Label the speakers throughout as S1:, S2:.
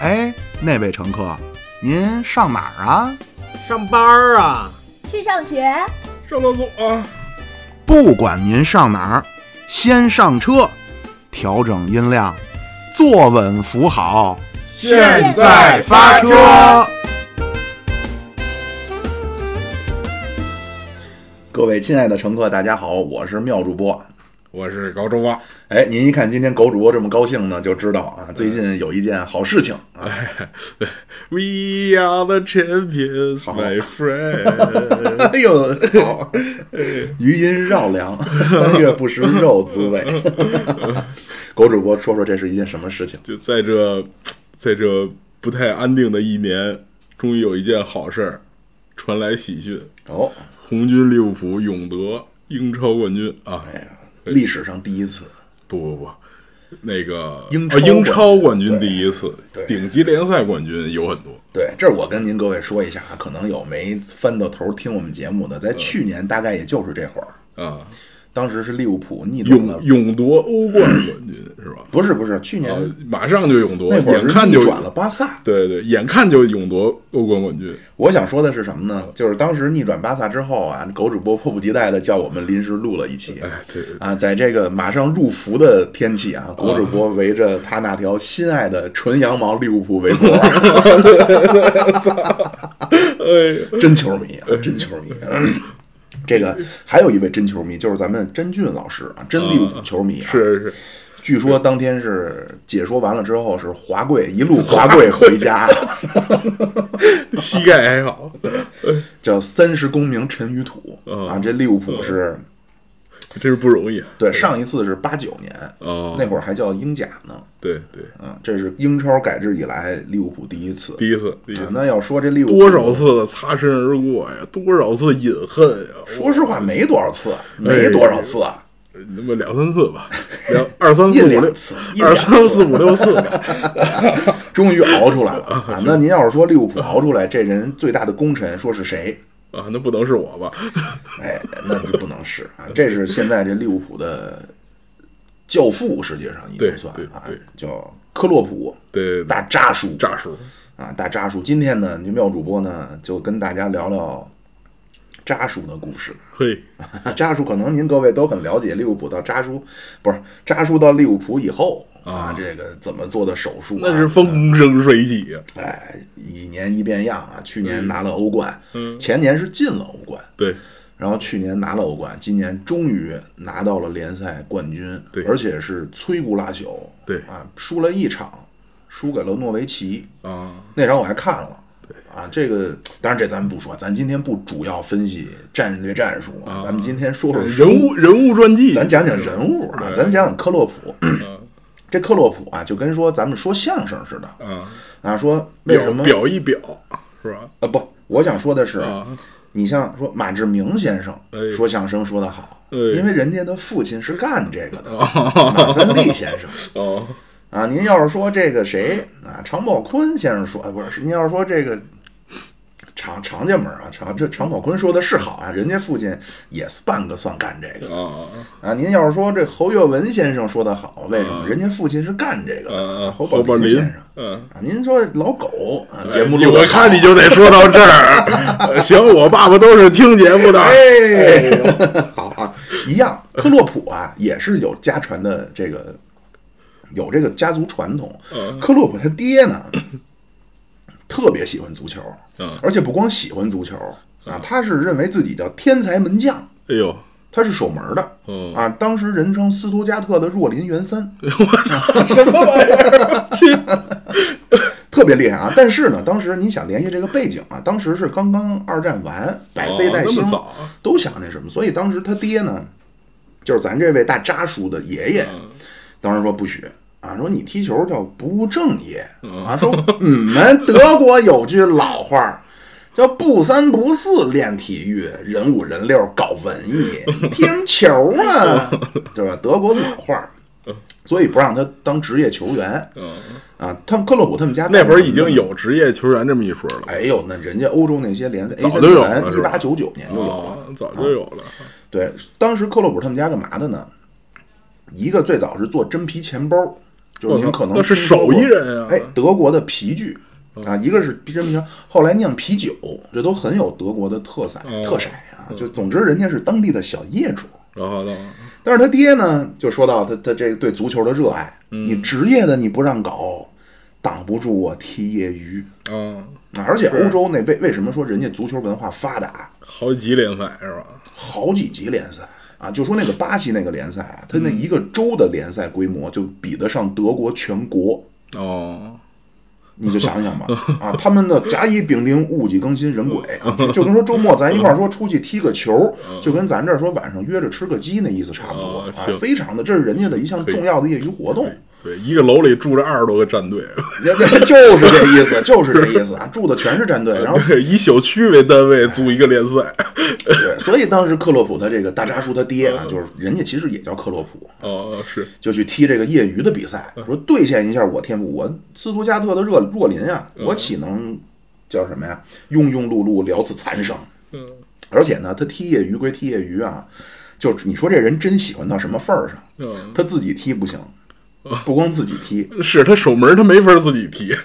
S1: 哎那位乘客，您上哪儿啊？
S2: 上班儿啊，
S3: 去上学，
S4: 上厕所啊，
S1: 不管您上哪儿，先上车，调整音量，坐稳扶好，
S3: 现在发车。
S1: 各位亲爱的乘客，大家好，我是妙主播。
S4: 我是高中啊，
S1: 哎，您一看今天狗主播这么高兴呢，就知道啊，最近有一件好事情啊。
S4: We are the champions, my friend。
S1: 哎呦， 余音绕梁，三月不食肉滋味。 狗主播说说这是一件什么事情？
S4: 就在这，在这不太安定的一年，终于有一件好事儿传来喜讯：
S1: 哦，
S4: 红军利物浦勇得英超冠军啊！
S1: 哎呀，历史上第一次，
S4: 不不不，那个
S1: 英
S4: 啊
S1: 超
S4: 英超
S1: 冠
S4: 冠
S1: 军
S4: 军第一次
S1: 对，对
S4: 顶级联赛冠军有很多。
S1: 对，这儿我跟您各位说一下啊，可能有没翻到头听我们节目的，在去年大概也就是这会儿，
S4: 啊，
S1: 当时是利物浦逆转了
S4: 勇，勇夺欧冠冠军是吧？
S1: 不是不是，去年、
S4: 啊，马上就勇夺，
S1: 那会儿
S4: 眼
S1: 是
S4: 看
S1: 逆
S4: 就
S1: 转了巴萨。
S4: 对对，眼看就勇夺欧冠冠军。
S1: 我想说的是什么呢？就是当时逆转巴萨之后啊，狗主播迫不及待的叫我们临时录了一期。
S4: 哎，对，
S1: 啊，在这个马上入伏的天气啊，国主播围着他那条心爱的纯羊毛利物浦围脖，
S4: 哎，
S1: 真球迷啊，真球迷。这个还有一位真球迷，就是咱们真俊老师啊，真利物浦球迷、啊。，
S4: 是是
S1: 据说当天是解说完了之后是华贵一路华贵 回家，
S4: 是，膝盖还好，
S1: 叫三十功名尘与土
S4: 嗯
S1: 啊。这利物浦是
S4: 真是不容易啊。
S1: 对上一次是八九年，
S4: 哦，
S1: 那会儿还叫英甲呢，
S4: 对对，
S1: 啊，这是英超改制以来利物浦第一次。
S4: 第一次，第一
S1: 啊
S4: 次，
S1: 那要说这利物浦
S4: 多少次的擦身而过呀，多少次隐恨呀，
S1: 说实话，没多少次，
S4: 哎
S1: 没多少次，啊
S4: 我那么两三次吧，两二三
S1: 一
S4: 四五
S1: 两
S4: 六
S1: 次，一两
S4: 二
S1: 次
S4: 三四五六次吧。
S1: 终于熬出来了啊！那您要是说利物浦熬出来，这人最大的功臣说是谁？
S4: 啊，那不能是我吧？
S1: 哎，那就不能是啊！这是现在这利物浦的教父，实际上应该
S4: 对
S1: 算
S4: 对
S1: 啊
S4: 对，
S1: 叫克洛普，
S4: 对，
S1: 大渣叔，
S4: 炸叔，
S1: 啊，大渣叔。今天呢，这妙主播呢就跟大家聊聊渣叔的故事。
S4: 嘿，
S1: 扎叔可能您各位都很了解，利物浦到扎叔不是扎叔到利物浦以后啊
S4: 啊，
S1: 这个怎么做的手术、啊？
S4: 那是风生水起呀。
S1: 哎，一年一变样啊！去
S4: 嗯
S1: 年拿了欧冠，前年是进了欧冠，
S4: 对，
S1: 然后去年拿了欧冠，今年终于拿到了联赛冠军，
S4: 对
S1: 而且是摧枯拉朽，
S4: 对
S1: 啊，输了一场，输给了诺维奇，
S4: 啊，
S1: 那场我还看了。啊，这个当然这咱们不说，咱今天不主要分析战略战术啊，咱们今天说说
S4: 人物人物传记，
S1: 咱讲讲人物啊，咱讲讲克洛普。这克洛普啊，就跟说咱们说相声似的
S4: 啊，
S1: 啊，说为
S4: 表
S1: 什么
S4: 表一表是吧？
S1: 啊？不，我想说的是，
S4: 啊，
S1: 你像说马志明先生
S4: 哎
S1: 说相声说得好，
S4: 哎啊
S1: 因为人家的父亲是干这个的，马三立先 生
S4: 哦，
S1: 啊。您要是说这个谁啊，常宝坤先生说，哎，不是，您要是说这个。常常家门啊，常这常宝坤说的是好啊，人家父亲也是半个算干这个的
S4: 啊，
S1: 啊，您要是说这侯跃文先生说的好，为什么？
S4: 嗯
S1: 人家父亲是干这个的，
S4: 呃，
S1: 侯
S4: 侯
S1: 宝
S4: 宝
S1: 林
S4: 林
S1: 先生。，
S4: 嗯，
S1: 啊，您说老狗啊，
S4: 哎
S1: 节目
S4: 你
S1: 录
S4: 我
S1: 的
S4: 看你就得说到这儿。行，我爸爸都是听节目的。
S1: 哎， 好啊，一样。克洛普啊，也是有家传的这个，有这个家族传统。克洛普他爹呢， 特别喜欢足球
S4: 嗯，
S1: 而且不光喜欢足球啊，他是认为自己叫天才门将，
S4: 哎呦，
S1: 他是守门的
S4: 嗯
S1: 啊，当时人称斯图加特的若林元三， 我操，什么玩意儿？特别厉害啊！但是呢，当时你想联系这个背景啊，当时是刚刚二战完，百废待
S4: 哦
S1: 兴，
S4: 那么早啊
S1: 都想那什么，所以当时他爹呢，就是咱这位大渣叔的爷爷，
S4: 嗯
S1: 当时说不许啊，说你踢球叫不务正业啊， 说我们德国有句老话儿叫不三不四练体育，人五人六搞文 艺，踢什么球啊，对吧？德国老话儿，所以不让他当职业球员
S4: 嗯，
S1: 啊。他们克洛普他们家
S4: 那会儿已经。有职业球员这么一说了。
S1: 哎呦，那人家欧洲那些联赛
S4: 早就有了
S1: 一
S4: 是吧
S1: 八九九年就有了，
S4: 哦，早就有了。
S1: 对，当时克洛普他们家干嘛的呢？一个最早是做真皮钱包，就是您可
S4: 哦
S1: 能
S4: 那是
S1: 听说过
S4: 手艺人啊哦
S1: 哎，德国的皮具啊，一个是逼真冰箱，后来酿啤酒，这都很有德国的特色
S4: 哦
S1: 特色啊。就总之，人家是当地的小业主。
S4: 然后呢，
S1: 但是他爹呢，就说到他他这个对足球的热爱，
S4: 嗯
S1: 你职业的你不让搞，挡不住我踢业余。
S4: 啊，
S1: 啊而且欧洲那为为什么说人家足球文化发达，
S4: 好几级联赛是吧？
S1: 好几级联赛啊？就说那个巴西那个联赛啊，它那一个州的联赛规模就比得上德国全国。
S4: 哦，
S1: 你就想想吧，啊，他们的甲乙丙丁戊己庚辛壬癸啊，就就跟说周末咱一块儿说出去踢个球，就跟咱这儿说晚上约着吃个鸡那意思差不多
S4: 哦
S1: 啊
S4: 行，
S1: 非常的，这是人家的一项重要的业余活动，
S4: 对，一个楼里住着二十多个战队，
S1: 这这就是这意思，就是这意思啊，住的全是战队，然后
S4: 对，以小区为单位组一个联赛。
S1: 对，所以当时克洛普他这个大扎叔他爹啊，就是人家其实也叫克洛普，
S4: 哦，是，
S1: 就去踢这个业余的比赛，说兑现一下我天赋。我斯图加特的热若林啊，我岂能叫什么呀？庸庸碌碌，了此残生。嗯，而且呢，他踢业余归踢业余啊，就是你说这人真喜欢到什么份儿上？
S4: 嗯，
S1: 他自己踢不行，不光自己踢，
S4: 是他守门他没法自己 踢，
S1: 啊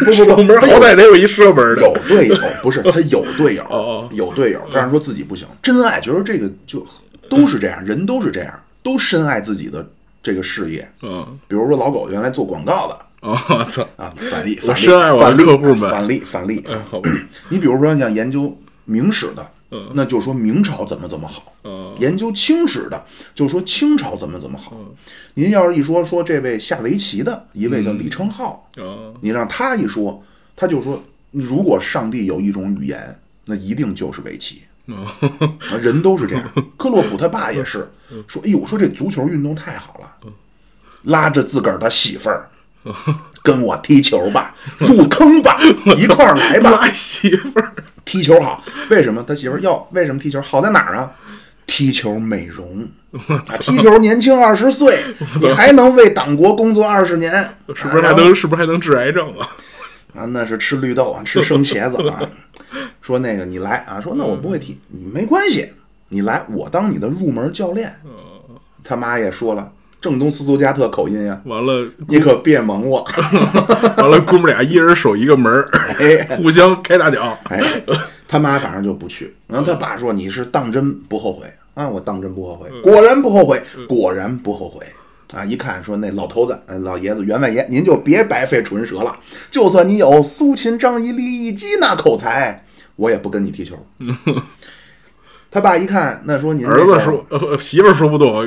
S1: 不不不
S4: 守门好歹得有一射门的
S1: 有。队友，不是他有队友
S4: 哦，
S1: 有队友，但是说自己不行。真爱觉得这个就都是这样，人都是这样，都深爱自己的这个事业。
S4: 嗯，
S1: 比如说老狗原来做广告的，
S4: 哦，我操，
S1: 啊，反例，
S4: 我
S1: 反例
S4: 深爱我的
S1: 反例
S4: 客户们
S1: 反例，反例。
S4: 哎，好吧，
S1: 你比如说像研究明史的，那就说明朝怎么怎么好；
S4: 嗯
S1: 研究清史的，就说清朝怎么怎么好。您要是一说说这位下围棋的一位叫李称浩，
S4: 嗯，
S1: 你让他一说，他就说，如果上帝有一种语言，那一定就是围棋。啊人都是 这样，克洛普他爸也是
S4: 嗯
S1: 说，哎呦，说这足球运动太好了，拉着自个儿的媳妇儿。
S4: 嗯
S1: 跟我踢球吧，入 坑吧，一块儿来吧
S4: 拉，媳妇儿，
S1: 踢球好。为什么他媳妇儿要？为什么踢球好在哪儿啊？踢球美容，啊踢球年轻二十岁，你还能为党国工作二十年，
S4: 是不是
S1: 啊
S4: 还能是不是还能治癌症啊？
S1: 啊，那是吃绿豆啊，吃生茄子啊。说那个你来啊，说那我不会踢，没关系，你来，我当你的入门教练。他妈也说了，正宗斯图加特口音呀，
S4: 完了，
S1: 你可别蒙我。
S4: 完了，哥们俩一人守一个门儿，
S1: 哎
S4: 互相开大 脚。
S1: 哎，他妈反正就不去。然后他爸说你是当真不后悔啊？我当真不后悔，
S4: 嗯
S1: 果然不后悔，果然不后悔。啊！一看说那老头子、呃老爷子、员外爷，您就别白费唇舌了。就算你有苏秦、张仪、李义基那口才，我也不跟你 踢球。他爸一看，那说您这
S4: 儿子
S1: 事儿
S4: 说，呃媳妇儿说不动，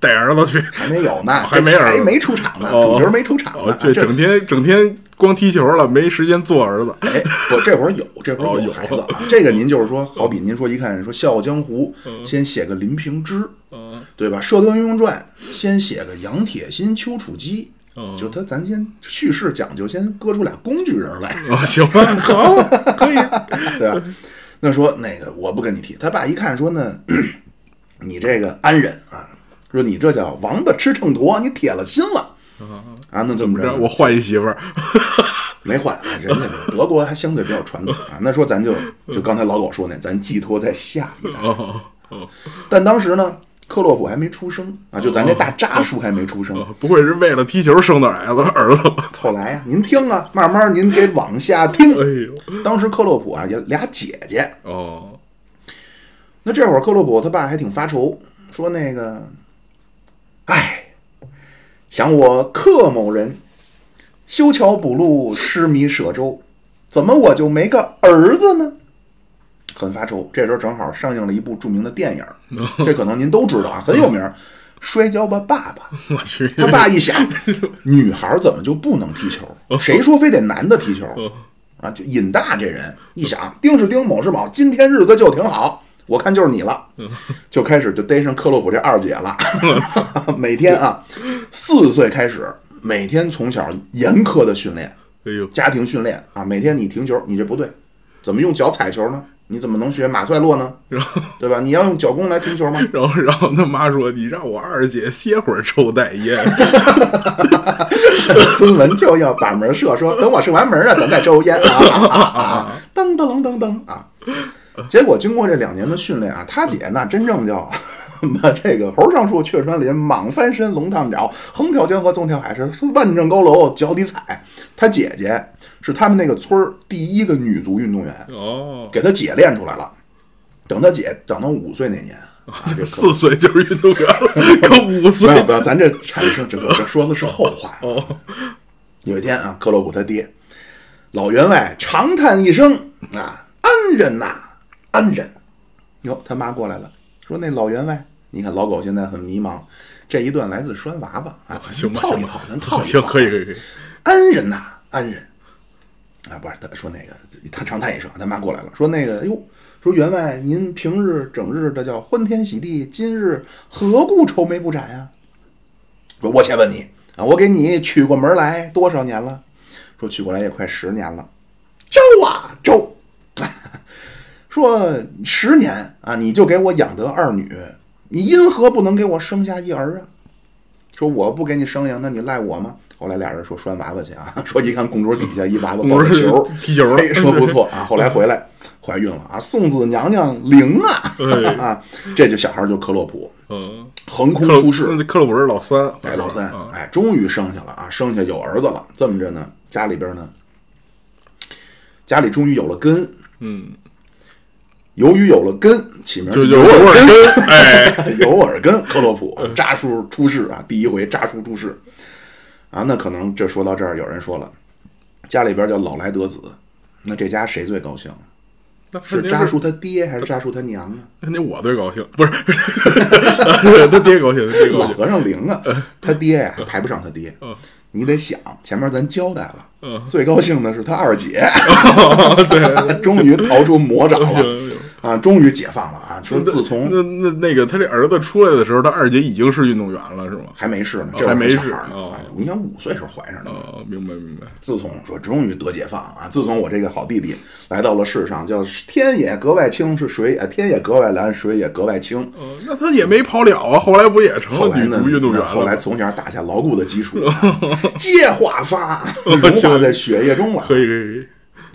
S4: 带儿子去。
S1: 还没有呢，
S4: 还没
S1: 这
S4: 儿
S1: 还
S4: 子
S1: 没出场呢，
S4: 哦
S1: 主角没出场呢
S4: 哦，，对，
S1: 啊这
S4: 整天整天光踢球了，没时间做儿子。
S1: 哎，不，这会儿有，这会
S4: 哦
S1: 儿有
S4: 有
S1: 孩子啊。这个您就是说，好比您说一看说《笑傲江湖》，先写个林平之，
S4: 嗯
S1: 对吧？《射雕英雄传》先写个杨铁心、丘处机
S4: 哦，
S1: 就他咱先叙事讲究，先搁出俩工具人来，
S4: 哦，行 吧，好，可以。
S1: 对吧？那说那个我不跟你提，他爸一看说呢，你这个安人啊，说你这叫王八吃秤砣，你铁了心了。啊，那怎么着
S4: 然后？我换一媳妇儿，
S1: 没换，啊 人家没有德国还相对比较传统啊。那说咱就就刚才老狗说那，咱寄托在下一代。
S4: 哦哦
S1: 但当时呢，克洛普还没出生啊，就咱这大渣叔还没出生。
S4: 哦，不会是为了踢球生的儿子儿子吧？
S1: 后来呀、您听啊，慢慢您给往下听
S4: 哎。呦，
S1: 当时克洛普啊有俩姐姐，
S4: 哦，
S1: 那这会儿克洛普他爸还挺发愁，说那个，哎，想我克某人，修桥补路，痴迷舍舟，怎么我就没个儿子呢？很发愁。这时候正好上映了一部著名的电影，这可能您都知道啊，很有名，《摔跤吧，爸爸》。
S4: 我去，
S1: 他爸一想，女孩儿怎么就不能踢球？谁说非得男的踢球？啊，就尹大这人一想，丁是丁，某是某，今天日子就挺好，我看就是你了，就开始就逮上克洛普这二姐了。 每天啊，四岁开始，每天从小严苛的训练，
S4: 哎呦，
S1: 家庭训练啊，每天你停球，你这不对，怎么用脚踩球呢？你怎么能学马塞洛呢？对吧？你要用脚弓来停球吗？
S4: 然后然后他妈说：“你让我二姐歇会儿抽袋烟。
S1: 孙文就要把门射，说等我射完门啊，咱再抽烟啊啊啊啊啊！噔噔噔噔噔啊！结果经过这两年的训练啊，他姐那真正叫么这个猴上树，雀穿林，蟒翻身，龙探爪，横跳江河，纵跳海，是万丈高楼，脚底踩。他姐姐是他们那个村儿第一个女足运动员，
S4: 哦，
S1: 给他姐练出来了。等他姐长到五岁那年，啊 这可
S4: 四岁就是运动员了，可五
S1: 没有
S4: 岁
S1: 没有，咱这产生这个这说的是后话。
S4: 哦，
S1: 有一天啊，克洛普他爹老员外长叹一声啊，恩人呐、恩人。哟，他妈过来了，说那老员外，你看老狗现在很迷茫，这一段来自拴娃娃啊，咱
S4: 哦行吧，
S1: 套
S4: 行
S1: 一套
S4: 吧，
S1: 咱套一套，
S4: 行，可以，可以，可以，
S1: 恩人呐、恩人。啊，不是，他说那个，他长叹一声，他妈过来了，说那个，哟，说员外您平日整日的叫欢天喜地，今日何故愁眉不展呀、说我且问你啊，我给你取过门来多少年了？说取过来也快十年了。周啊周，说十年啊，你就给我养得二女，你因何不能给我生下一儿啊？说我不给你生养，那你赖我吗？后来俩人说拴娃娃去啊， 说一看供桌底下一娃娃抱着球
S4: 我是踢球了，
S1: 哎，说不错啊。后来回来怀孕了啊，送子娘娘灵啊，
S4: 哎
S1: 啊，这就小孩就克洛普
S4: 嗯，
S1: 横空
S4: 克洛
S1: 出世，
S4: 那克洛普是老三，
S1: 哎，老三
S4: 啊，
S1: 哎，终于生下了啊，生下有儿子了。这么着呢，家里边呢，家里终于有了根。
S4: 嗯，
S1: 由于有了根，起名
S4: 就就嗯
S1: 有
S4: 偶尔
S1: 根，
S4: 跟，哎，
S1: 有耳根，克洛普 扎叔出世啊，第一回扎叔出世啊，那可能这说到这儿，有人说了，家里边叫老来得子，那这家谁最高兴？
S4: 那肯
S1: 是
S4: 定
S1: 扎叔他爹还是扎叔他娘啊呢？
S4: 肯定我最高兴，不是，他爹高兴，他爹高
S1: 老
S4: 兴，
S1: 和尚灵啊，他爹呀、排不上他爹
S4: 嗯，
S1: 你得想前面咱交代了，
S4: 嗯，
S1: 最高兴的是他二姐，
S4: 对，
S1: 终于逃出魔掌
S4: 行
S1: 了
S4: 行。
S1: 啊，终于解放了啊！说自从
S4: 那那那个他这儿子出来的时候，他二姐已经是运动员了，是吗？
S1: 还没事呢，
S4: 哦
S1: 这
S4: 还没
S1: 是
S4: 事
S1: 呢
S4: 哦，
S1: 哎你想五岁时候怀上的，
S4: 哦，明白明白，
S1: 自从说终于得解放啊！自从我这个好弟弟来到了世上，叫天也格外清，是水也天也格外蓝，水也格外清。
S4: 哦，那他也没跑了啊，后来不也成
S1: 后
S4: 了
S1: 来
S4: 女
S1: 呢
S4: 足运动员
S1: 那
S4: 了？
S1: 后来从小打下牢固的基础， 啊借化发，融化在血液中了。
S4: 可以可以，可以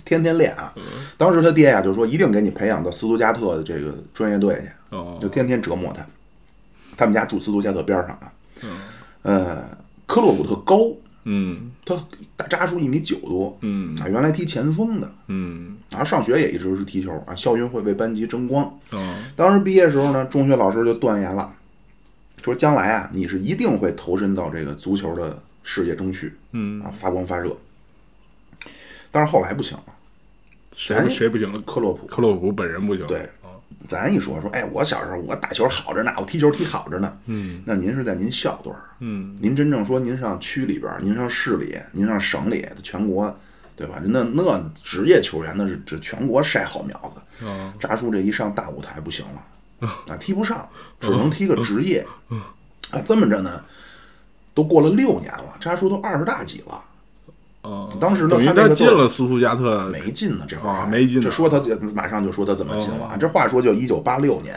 S1: 天天练啊。当时他爹呀、就说一定给你培养到斯图加特的这个专业队去，
S4: 哦
S1: 就天天折磨他。他们家住斯图加特边上啊，呃，科洛普特高，
S4: 嗯
S1: 他大扎叔一米九多，
S4: 嗯
S1: 啊，原来踢前锋的，
S4: 嗯，
S1: 然后上学也一直是踢球啊，校运会为班级争光。
S4: 哦
S1: 当时毕业时候呢，中学老师就断言了，说将来啊，你是一定会投身到这个足球的事业中去，
S4: 嗯
S1: 啊，发光发热。但是后来不行了，
S4: 谁
S1: 咱
S4: 不谁不行了？
S1: 克洛普
S4: 克洛普本人不行，哦
S1: 对，咱一说说，哎，我小时候我打球好着呢，我踢球踢好着呢。嗯，那您是在您校队儿，
S4: 嗯，
S1: 您真正说您上区里边儿，您上市里，您上省里，全国，对吧？那那职业球员那是指全国晒好苗子。
S4: 哦
S1: 扎叔这一上大舞台不行 了，啊，踢不上，只能踢个职业。
S4: 嗯
S1: 啊，这么着呢，都过了六年了，扎叔都二十大几了，
S4: 哦，
S1: 当时呢
S4: 等于
S1: 他那
S4: 他
S1: 个
S4: 进
S1: 队儿
S4: 了斯图加特，
S1: 没进呢，这话、
S4: 啊没哦进呢
S1: 这说他这马上就说他怎么进了啊？这话说就一九八六年，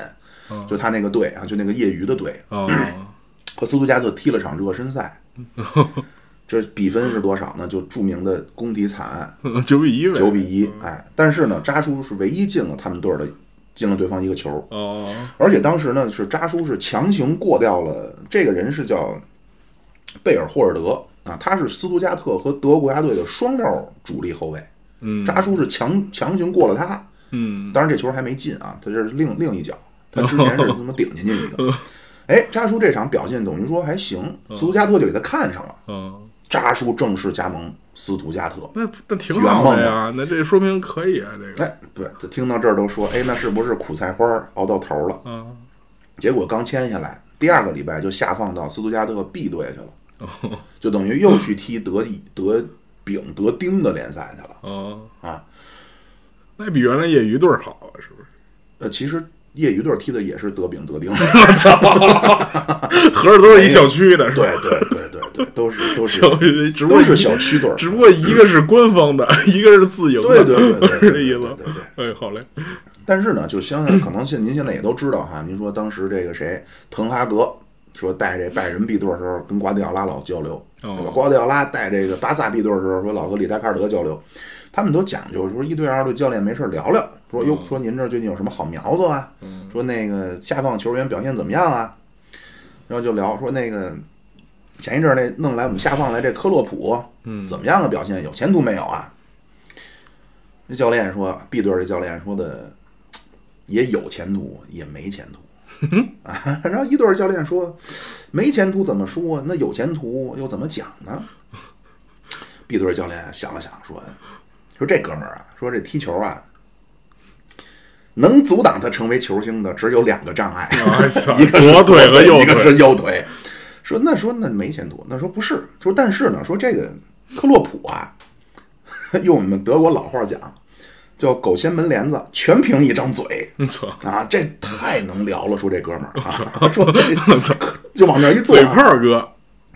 S1: 就他那个队啊，就那个业余的队
S4: 哦，
S1: 和斯图加特踢了场热身 赛，这比分是多少呢？就著名的公敌惨案
S4: 九比一呗，
S1: 九比一，
S4: 嗯
S1: 哎，但是呢，扎叔是唯一进了他们队儿的，进了对方一个球，
S4: 哦
S1: 而且当时呢是扎叔是强行过掉了这个人是叫贝尔霍尔德啊，他是斯图加特和德国国家队的双料主力后卫。
S4: 嗯
S1: 扎叔是强强行过了他，
S4: 嗯
S1: 当然这球还没进啊，他这是另另一脚，他之前是他妈顶进去一个。哎，扎叔这场表现等于说还行，斯图加特就给他看上了。
S4: 哦。
S1: 扎叔正式加盟斯图加特。
S4: 那那挺好的呀，那这说明可以啊，这个，
S1: 哎，对，这听到这儿都说，哎，那是不是苦菜花儿熬到头了？
S4: 啊，
S1: 结果刚签下来，第二个礼拜就下放到斯图加特 B 队去了，
S4: 哦
S1: 就等于又去踢德乙、德丙、德丁的联赛去了。
S4: 哦
S1: 啊，
S4: 那比原来业余队儿好啊，是不是？
S1: 呃，其实业余队踢的也是德丙、德丁。
S4: 合着都是一小区的，是吧？
S1: 对对对对对，都是都是
S4: 小区只不
S1: 都
S4: 过
S1: 是小区队儿，
S4: 只不过一个是官方的， 一个是自营
S1: 对
S4: 的，
S1: 对 对对
S4: 是
S1: 对
S4: 这意思
S1: 对对对。
S4: 哎，好嘞，
S1: 但是呢，就想想，可能现您现在也都知道
S4: 嗯
S1: 哈，您说当时这个谁，滕哈格说带这拜仁 B 队的时候，跟瓜迪奥拉老交流，
S4: 哦
S1: 对吧？瓜迪奥拉带这个巴萨 B 队的时候，说老和里达卡尔德交流，他们都讲究说一对二队教练没事儿聊聊，
S4: 嗯
S1: 说哟，说您这儿最近有什么好苗子啊？说那个下放球员表现怎么样啊？然后就聊说那个前一阵儿那弄来我们下放来这科洛普，
S4: 嗯
S1: 怎么样啊？表现有前途没有啊？那教练说，B 队儿这教练说的也有前途，也没前途。 啊，然后一队儿教练说，没前途怎么说？那有前途又怎么讲呢？B 队儿教练想了想说，说这哥们儿啊，说这踢球啊，能阻挡他成为球星的只有两个障碍，啊 哎一个是
S4: 啊 左腿和右
S1: 一个
S4: 腿
S1: 是右腿。说那说那没前途，那说不是，说但是呢，说这个克洛普啊， 用我们德国老话讲，叫狗掀门帘子，全凭一张嘴
S4: 你操，
S1: 啊，这太能聊了。说这哥们儿啊， 说 这就往那儿一坐
S4: 嘴
S1: 啊，
S4: 炮嗯哥，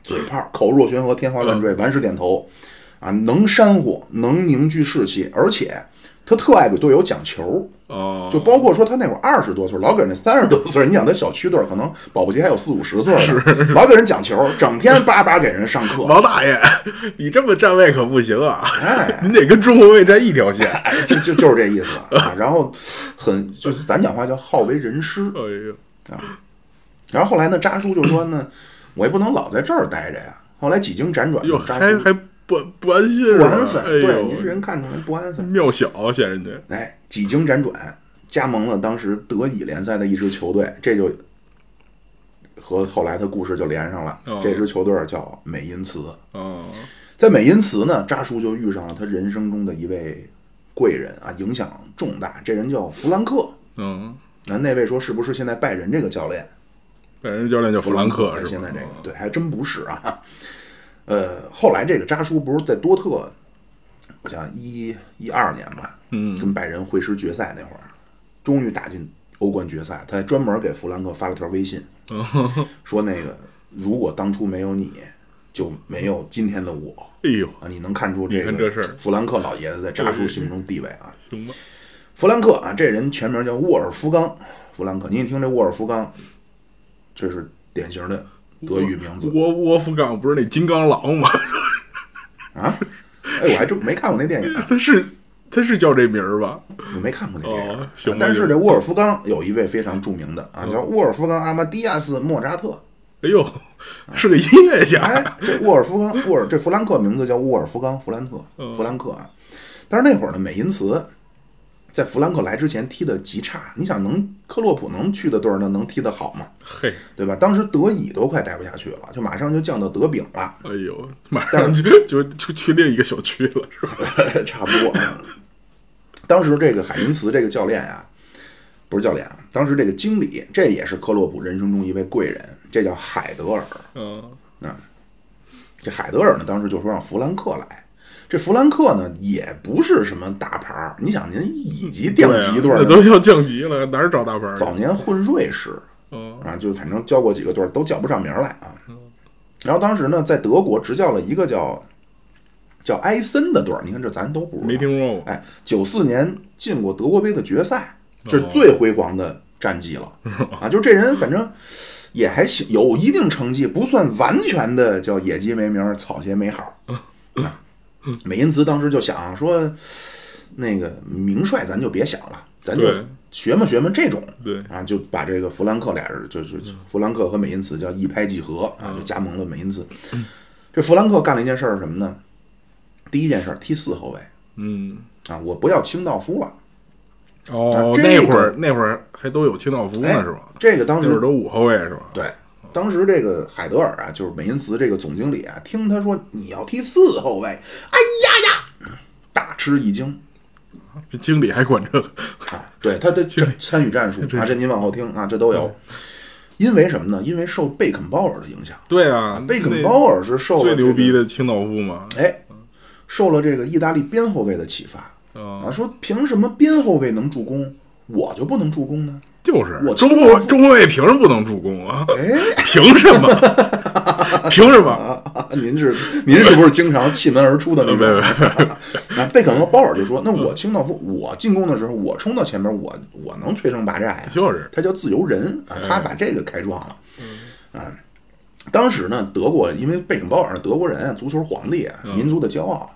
S1: 嘴炮，口若悬河，天花乱坠，完事点头，啊，能煽乎，能凝聚士气，而且他特爱给队友讲球，
S4: 哦，
S1: 就包括说他那会儿二十多岁，老给人那三十多岁，你想他小区队儿可能保不齐还有四五十岁呢， 老给人讲球，整天叭叭给人上课，
S4: 王大爷，你这么站位可不行啊，
S1: 哎
S4: 您得跟中国卫站一条线。哎
S1: 哎，就就就是这意思啊。然后很就是咱讲话叫好为人师，
S4: 哎呦，
S1: 然后后来呢，扎叔就说呢， 我也不能老在这儿待着呀。后来几经辗转
S4: 哟，，
S1: 扎
S4: 还
S1: 叔
S4: 还不不安心是
S1: 不
S4: 吧？
S1: 安分，
S4: 哎
S1: 对，
S4: 呦
S1: 您是人看出来不安分。
S4: 庙小显人家，
S1: 哎，几经辗转，加盟了当时德乙联赛的一支球队，这就和后来的故事就连上了。
S4: 哦
S1: 这支球队叫美因茨，
S4: 哦，
S1: 在美因茨呢，扎叔就遇上了他人生中的一位贵人啊，影响重大。这人叫弗兰克，
S4: 嗯，
S1: 那那位说是不是现在拜仁这个教练？
S4: 拜仁教练叫弗兰克是吧？哦
S1: 现在这个对，还真不是啊。 呃，后来这个扎叔不是在多特，我想一一二年吧，
S4: 嗯
S1: 跟拜仁会师决赛那会儿，终于打进欧冠决赛，他还专门给弗兰克发了条微信，说那个如果当初没有你，就没有今天的我
S4: 哎呦，
S1: 啊！你能看出
S4: 你
S1: 这
S4: 看
S1: 个
S4: 这事儿
S1: 弗兰克老爷子在扎叔心中地位啊。
S4: 行吧，
S1: 弗兰克啊，这人全名叫沃尔夫冈·弗兰克。您一听这沃尔夫冈，这是典型的德语名字
S4: 窝窝夫岗不是那金刚狼吗？
S1: 啊！哎，我还真没看过那电影，啊
S4: 他是他是叫这名儿吧？
S1: 我没看过那电影。
S4: 哦行吧
S1: 但是这沃尔夫冈有一位非常著名的啊，叫沃尔夫冈·阿马蒂亚斯·莫扎特。
S4: 哎呦，是个音乐
S1: 哎
S4: 家，，
S1: 这沃尔夫冈沃尔这弗兰克名字叫沃尔夫冈·弗兰特，弗兰克啊。但是那会儿呢，美因茨在弗兰克来之前踢的极差。你想能，克洛普能去的队儿呢，能踢得好吗？
S4: 嘿，
S1: 对吧？当时德乙都快待不下去了，就马上就降到德丙了，
S4: 哎呦，马上就就就去另一个小区了是
S1: 嗯
S4: 吧？
S1: 差不多。啊当时这个海因茨这个教练啊，不是教练啊，当时这个经理，这也是科洛普人生中一位贵人，这叫海德尔。
S4: 嗯，
S1: 这海德尔呢，当时就说让弗兰克来。这弗兰克呢，也不是什么大牌儿。你想，您乙级
S4: 对
S1: 降
S4: 啊
S1: 级队儿
S4: 那
S1: 呢，
S4: 都要降级了，哪儿找大牌儿去？
S1: 早年混瑞士，
S4: 嗯
S1: 啊，就反正教过几个队儿，都叫不上名儿来啊。然后当时呢，在德国执教了一个叫叫埃森的队儿，你看这咱都不知道
S4: 没听说过，
S1: 哎，九四年进过德国杯的决赛，这
S4: 哦
S1: 是最辉煌的战 绩了啊！就这人，反正也还行，有一定成绩，不算完全的叫野鸡没名儿，草鞋没好。 啊美因茨当时就想说，那个名帅咱就别想了，咱就
S4: 对
S1: 学嘛学嘛这种。
S4: 对嗯
S1: 啊，就把这个弗兰克俩人，就就弗兰克和美因茨叫一拍即合啊，就加盟了美因茨。
S4: 嗯
S1: 这弗兰克干了一件事儿是什么呢？第一件事儿踢四后卫，
S4: 嗯，
S1: 啊，我不要清道夫了。
S4: 哦，
S1: 啊这个
S4: 那会儿那会儿还都有清道夫
S1: 哎
S4: 呢是吧？
S1: 这个当
S4: 那会儿
S1: 时
S4: 都五后卫是吧？
S1: 对，当时这个海德尔啊，就是美因茨这个总经理啊，听他说你要踢四后卫，哎呀呀，大吃一惊
S4: 这经理还管这个，
S1: 啊！对他的这参与战术啊，这您往后听啊，这都有。因为什么呢？因为受贝肯鲍尔的影响，
S4: 对啊，
S1: 贝肯
S4: 那
S1: 鲍尔是受了
S4: 最
S1: 这
S4: 牛逼
S1: 个，
S4: 的清道夫嘛，
S1: 哎，受了这个意大利边后卫的启发
S4: 啊
S1: 啊，说凭什么边后卫能助攻，我就不能助攻呢？
S4: 就是
S1: 我
S4: 中后卫中后卫凭什么不能助攻啊？
S1: 哎，
S4: 凭什 么？凭什么？
S1: 您是您是不是经常弃门而出的那
S4: 呃
S1: 种？ 那贝肯和鲍尔就说：“那我清道夫，我进攻的时候，我冲到前面，我我能摧城拔寨呀。”
S4: 就是
S1: 他叫自由人啊，他把这个开创了。啊，当时呢，德国因为贝肯鲍尔是德国人啊，足球皇帝啊，民族的骄傲。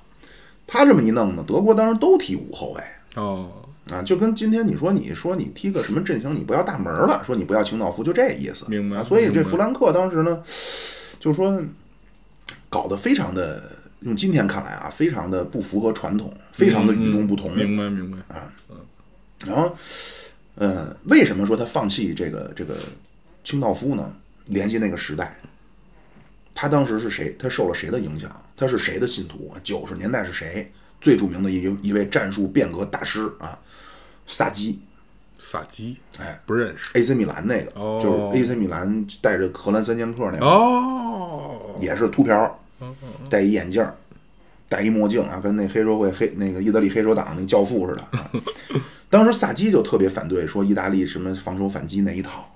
S1: 他这么一弄呢，德国当时都踢五后卫
S4: 哦，
S1: 啊，就跟今天你说你说你踢个什么阵型，你不要大门了，说你不要清道夫，就这意思。
S4: 明白
S1: 啊所以
S4: 明
S1: 这
S4: 白
S1: 弗兰克当时呢，就说搞得非常的，用今天看来啊，非常的不符合传统，非常的与众不同。
S4: 嗯明白明白啊，
S1: 然后，呃，为什么说他放弃这个这个清道夫呢？联系那个时代，他当时是谁？他受了谁的影响？他是谁的信徒？九十年代是谁最著名的一一位战术变革大师啊？萨基
S4: 萨基，
S1: 哎
S4: 不认识
S1: ，AC 米兰那个，
S4: 哦
S1: 就是 AC 米兰带着荷兰三剑客那个，
S4: 哦，
S1: 也是秃瓢，戴一眼镜儿，戴一墨镜啊，跟那黑社会黑那个意大利黑手党那教父似的、啊。当时萨基就特别反对说意大利什么防守反击那一套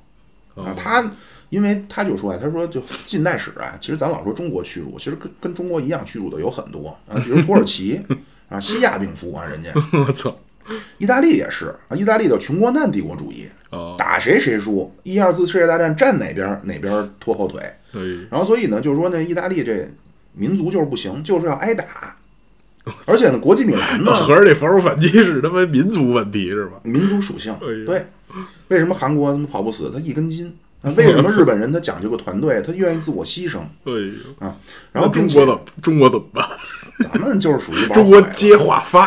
S1: 啊，他因为他就说啊，他说就近代史啊，其实咱老说中国屈辱，其实跟跟中国一样屈辱的有很多啊，比如土耳其 啊，西亚病夫啊，人家
S4: 我操，
S1: 意大利也是啊，意大利叫穷光蛋帝国主义
S4: 哦，
S1: 打谁谁输，一二次世界大战站哪边儿哪边儿拖后腿。
S4: 哎，
S1: 然后所以呢，就是说呢，意大利这民族就是不行，就是要挨打，而且呢，国际米兰 呢
S4: 那，合着这防守反击是他妈民族问题是吧？
S1: 民族属性
S4: 哎呀，
S1: 对，为什么韩国他们跑不死？他一 根筋。那为什么日本人他讲究个团队，他愿意自我牺牲
S4: 哎呦，
S1: 啊？然
S4: 那
S1: 后
S4: 中
S1: 并
S4: 国怎
S1: 且
S4: 么中国怎么办？
S1: 咱们就是属于玩
S4: 中国
S1: 坏了
S4: 接话发，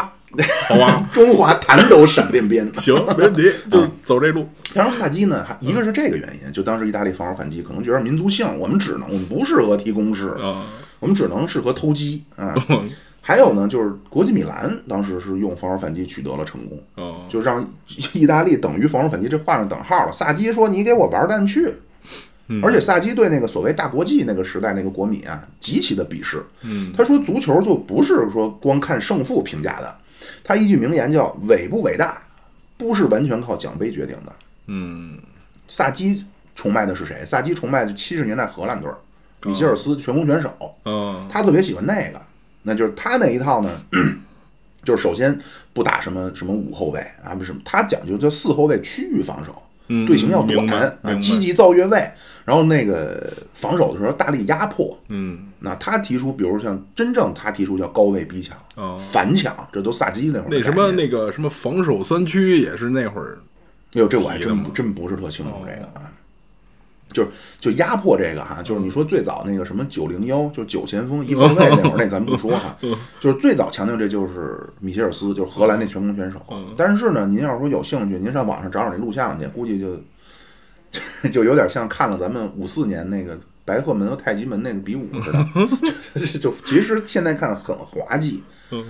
S4: 好吧，
S1: 中华弹đấu闪电鞭。
S4: 行，没 问题，
S1: 啊
S4: 就走这路。
S1: 然后萨基呢，还一个是这个原因，就当时意大利防守反击可能觉得民族性，我们只能我们不适合踢攻势，
S4: 啊，哦
S1: 我们只能适合偷鸡啊。还有呢，就是国际米兰当时是用防守反击取得了成功，
S4: 哦，
S1: 就让意大利等于防守反击这画上等号了。萨基说：“你给我玩蛋去！”而且萨基对那个所谓大国际那个时代那个国米啊，极其的鄙视。
S4: 嗯，
S1: 他说足球就不是说光看胜负评价的，他一句名言叫“伟不伟大，不是完全靠奖杯决定的”。
S4: 嗯，
S1: 萨基崇拜的是谁？萨基崇拜七十年代荷兰队儿，米切尔斯全攻全守。
S4: 啊，
S1: 他特别喜欢那个，那就是他那一套呢， 就是首先不打什么什么五后卫啊，不是什么，他讲究叫四后卫区域防守，
S4: 嗯
S1: 队形要短
S4: 明白
S1: 啊
S4: 明白，
S1: 积极造越位，然后那个防守的时候大力压迫。
S4: 嗯，
S1: 那他提出，比如像真正他提出叫高位逼抢、
S4: 哦
S1: 反抢，这都萨基那会儿的
S4: 那什
S1: 概
S4: 么
S1: 念，
S4: 那个什么防守三区也是那会儿，
S1: 哎呦，这我还
S4: 提的
S1: 真
S4: 吗哦
S1: 不真不是特清楚这个啊。就是就压迫这个哈、就是你说最早那个什么九零幺，就是九前锋 一后卫那会儿，那咱不说哈、
S4: 嗯
S1: 就是最早强调这就是米切尔斯，就是荷兰那全攻全守。
S4: 嗯
S1: 但是呢，您要是说有兴趣，您上网上找找那录像去，估计就就 有点像看了咱们五四年那个白鹤门和太极门那个比武 似的，就 就就其实现在看很滑稽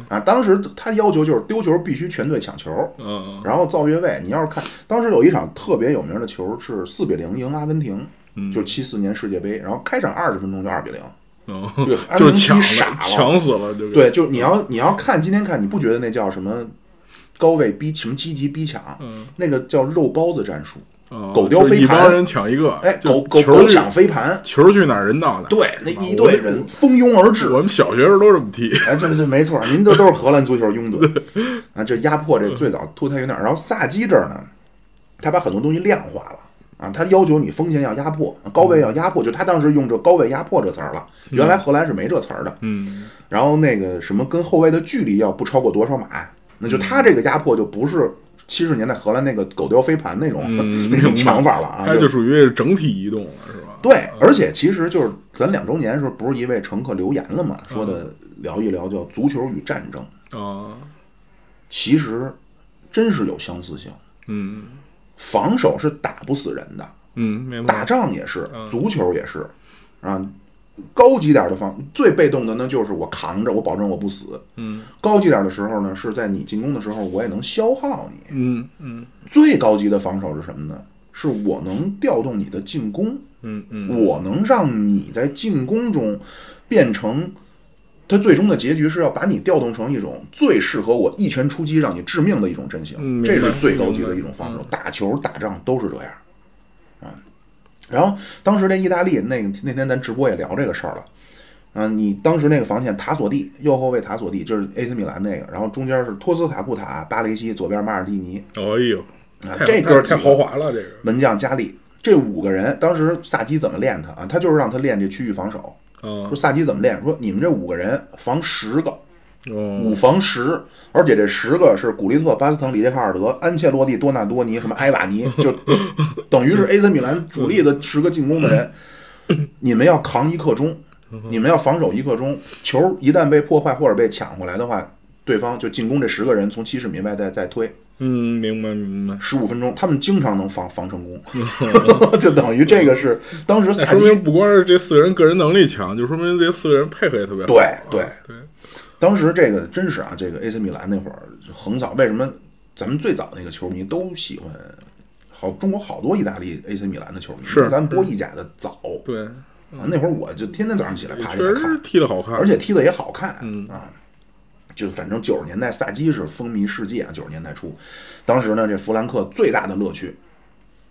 S1: 啊。当时他要求就是丢球必须全队抢球，
S4: 嗯
S1: 然后造越位，你要是看当时有一场特别有名的球是四比零赢阿根廷，就是七四年世界杯，然后开场二十分钟就二比零，
S4: 嗯，
S1: 对安
S4: 就
S1: 东
S4: 是抢
S1: 尼傻
S4: 了
S1: 了，
S4: 抢死了，就给
S1: 对，就你要你要看今天看，你不觉得那叫什么高位逼什么积极逼抢，
S4: 嗯
S1: 那个叫肉包子战术，
S4: 哦
S1: 狗叼
S4: 就是
S1: 飞
S4: 一帮
S1: 盘
S4: 人，抢一个，
S1: 哎，
S4: 就
S1: 狗狗
S4: 球
S1: 狗
S4: 去
S1: 抢飞盘，
S4: 球去哪儿人到哪儿，
S1: 对，那
S4: 是吧
S1: 一队
S4: 我们
S1: 人蜂拥而至，
S4: 我们小学时候都这么 踢，
S1: 哎，这这没错，您这都是荷兰足球拥趸 啊，这压迫这最早脱胎于那儿。然后萨基这儿呢，他把很多东西量化了啊，他要求你锋线要压迫，高位要压迫，就他当时用这高位压迫这词儿了，原来荷兰是没这词儿的。
S4: 嗯，
S1: 然后那个什么跟后卫的距离要不超过多少码，那就他这个压迫就不是七十年代荷兰那个狗叼飞盘那种、
S4: 嗯
S1: 那种抢法了啊，
S4: 它就属于整体移动了，是吧？
S1: 对，而且其实就是咱两周年的时候，不是一位乘客留言了嘛，说的
S4: 嗯
S1: 聊一聊叫足球与战争。
S4: 啊，
S1: 其实真是有相似性。
S4: 嗯
S1: 防守是打不死人的，
S4: 嗯，明
S1: 打
S4: 白，
S1: 仗也是，足球也是，啊，高级点的防最被动的呢就是我扛着，我保证我不死。
S4: 嗯，
S1: 高级点的时候呢，是在你进攻的时候，我也能消耗你。
S4: 嗯嗯
S1: 最高级的防守是什么呢？是我能调动你的进攻，
S4: 嗯嗯，
S1: 我能让你在进攻中变成，它最终的结局是要把你调动成一种最适合我一拳出击让你致命的一种阵型，
S4: 嗯明白嗯
S1: 这是最高级的一种防守。打球、打仗都是这样，啊。然后当时那意大利那个那天咱直播也聊这个事儿了。嗯，你当时那个防线，塔索蒂右后卫塔索蒂就是 AC 米兰那个，然后中间是托斯卡库塔、巴雷西，左边马尔蒂尼，
S4: 哎呦，
S1: 啊
S4: 太
S1: 这
S4: 太
S1: 哥儿几
S4: 太
S1: 个
S4: 豪华了，这个
S1: 门将加利这五个人，当时萨基怎么练他啊？他就是让他练这区域防守。
S4: 啊
S1: 说萨基怎么练？说你们这五个人防十个，
S4: 哦，
S1: 五防十，而且这十个是古利特、巴斯滕、里杰卡尔德、安切洛蒂、多纳多尼、什么埃瓦尼，就等于是 AC 米兰主力的十个进攻的人。你们要扛一刻钟，你们要防守一刻钟。球一旦被破坏或者被抢回来的话，对方就进攻这十个人从七十米外再再推
S4: 嗯，明白明白。
S1: 十五分钟，他们经常能防防成功， 就等于这个是当时
S4: 嗯那
S1: 萨
S4: 说
S1: 基
S4: 明不光是这四个人个人能力强，就说明这四个人配合也特别好。
S1: 对对
S4: 啊对，
S1: 当时这个真是啊，这个 AC 米兰那会儿横扫，为什么咱们最早那个球迷都喜欢好中国好多意大利 AC 米兰的球迷？
S4: 是
S1: 因为咱们播意甲的早
S4: 对，嗯
S1: 啊，那会儿我就天天早上起来爬起
S4: 确
S1: 来
S4: 实嗯是
S1: 看，
S4: 踢得好看，
S1: 而且踢的也好看，啊。就反正九十年代萨基是风靡世界啊，九十年代初，当时呢，这弗兰克最大的乐趣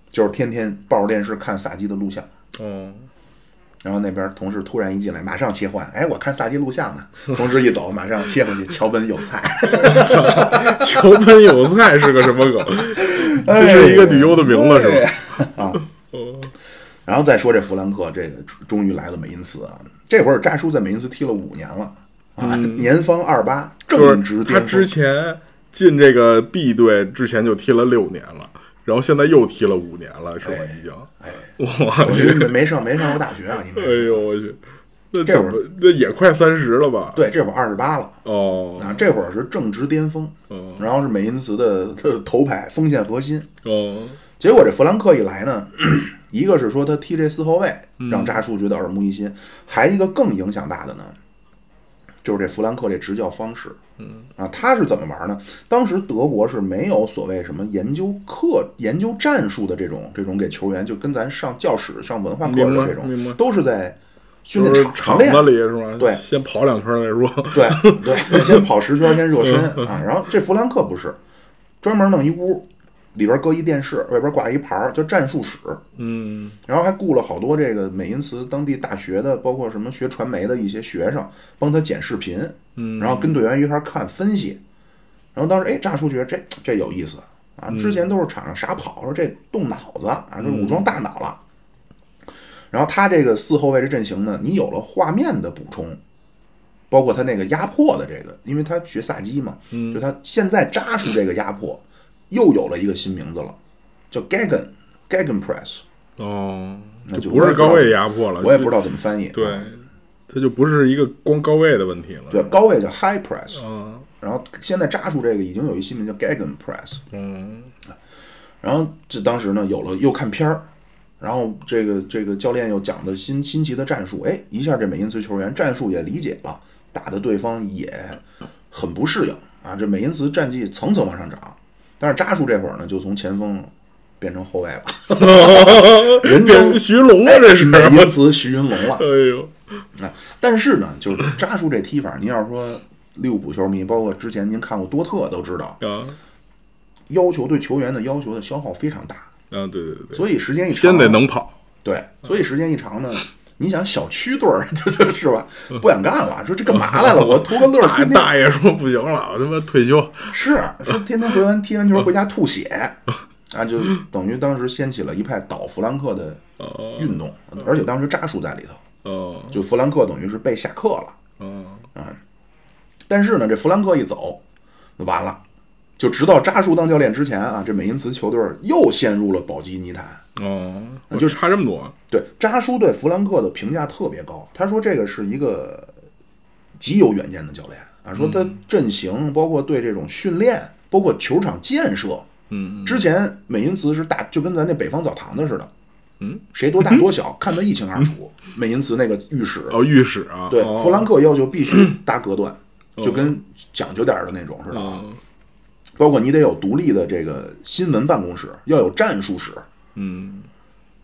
S1: 就是天天抱着电视看萨基的录像，
S4: 哦，
S1: 然后那边同事突然一进来，马上切换，哎，我看萨基录像呢， 同事一走，马上 切回去，桥本有菜。
S4: 操， 桥本有菜是个什么梗？
S1: 哎
S4: 这是一个女优的名字是吧？
S1: 然后再说这弗兰克，这个终于来了梅因斯啊！这会儿扎叔在梅因斯踢了五年了啊，年方二八，正
S4: 嗯就
S1: 值
S4: 是他
S1: 巅
S4: 之
S1: 峰。
S4: 前进这个 B 队之前就踢了六年了，然后现在又踢了五年了，是吧？已经，
S1: 哎，
S4: 我
S1: 我觉
S4: 去，
S1: 得哎没上没上过大学 啊，应该
S4: 哎。呦我去，那
S1: 这
S4: 怎
S1: 会
S4: 么
S1: 儿
S4: 那也快三十了吧？，
S1: 对，这会儿二十八了
S4: 哦
S1: 啊，这会儿是正值巅峰，
S4: 哦
S1: 然后是美因茨的的头牌锋线核心。
S4: 哦，
S1: 结果这弗兰克一 来呢，一个是说他踢这四后卫
S4: 嗯
S1: 让扎叔觉得耳目一新，还一个更影响大的呢，就是这弗兰克这执教方式。嗯啊，他是怎么玩呢？当时德国是没有所谓什么研究课、研究战术的这种这种给球员，就跟咱上教室上文化课似
S4: 明
S1: 的
S4: 白
S1: 这种
S4: 明白，
S1: 都是在训
S4: 就
S1: 练
S4: 是
S1: 场
S4: 厂
S1: 上
S4: 子
S1: 练
S4: 里是吧？
S1: 对
S4: 先跑两圈再说。
S1: 对对，先跑十圈，先热身
S4: 嗯
S1: 啊。然后这弗兰克不是，专门弄一屋，里边搁一电视，外边挂一牌儿，叫战术室。
S4: 嗯，
S1: 然后还雇了好多这个美因茨当地大学的，包括什么学传媒的一些学生，帮他剪视频，嗯，然后跟队员一块儿看分析。然后当时，哎，炸叔觉得这这有意思啊，之前都是场上傻跑，说这动脑子啊，这武装大脑了。然后他这个四后卫的阵型呢，你有了画面的补充，包括他那个压迫的这个，因为他学萨基嘛，就他现在扎出这个压迫，又有了一个新名字了，叫 Gagan Gagan Press。
S4: 哦，
S1: 那就
S4: 不是高位压迫了，
S1: 我也不知
S4: 道。
S1: 道怎么翻译。啊
S4: 对，它就不是一个光高位的问题了。
S1: 对，高位叫 high press，
S4: 嗯
S1: 然后现在扎出这个已经有一新名叫 gagan press，
S4: 嗯，
S1: 然后这当时呢有了又看片儿，然后这个这个教练又讲的新新奇的战术，哎，一下这美因茨球员战术也理解了，打的对方也很不适应啊，这美因茨战绩层层往上涨，但是扎叔这会儿呢就从前锋变成后卫了，人
S4: 变
S1: 中
S4: 徐龙了， 这是。
S1: 美 因
S4: 哎
S1: 茨徐云龙了。
S4: 呦，
S1: 啊，但是呢，就是扎叔这踢法，您要是说利物浦球迷，包括之前您看过多特都知道，
S4: 啊
S1: 要求对球员的要求的消耗非常大，
S4: 啊，对对对，
S1: 所以时间一长，
S4: 先得能跑。
S1: 对，所以时间一长呢，你想小区队儿 就就是吧，不想干了，说这干嘛来了？我图个乐儿，
S4: 大
S1: 天天
S4: 大爷说不行了，我他妈退休。
S1: 是啊说天天回完踢完球回家吐血，啊，就等于当时掀起了一派倒弗兰克的运动，
S4: 嗯
S1: 而且当时扎叔在里头，
S4: 哦，
S1: 就弗兰克等于是被下课了。
S4: 嗯，
S1: 但是呢，这弗兰克一走，完了，就直到扎叔当教练之前啊，这美因茨球队又陷入了保级泥潭。
S4: 哦，
S1: 那就
S4: 我差这么多。
S1: 对扎叔对弗兰克的评价特别高，他说这个是一个极有远见的教练啊，说他
S4: 嗯
S1: 阵型，包括对这种训练，包括球场建设，
S4: 嗯，
S1: 之前美因茨是大，就跟咱那北方澡堂子似的，
S4: 嗯，
S1: 谁多大多小，看得一清二楚。美因茨那个浴室，
S4: 哦，御史啊，
S1: 对
S4: 哦
S1: 弗兰克要求必须搭隔断，就跟讲究点儿的那种似的啊。
S4: 哦
S1: 包括你得有独立的这个新闻办公室，要有战术室。
S4: 嗯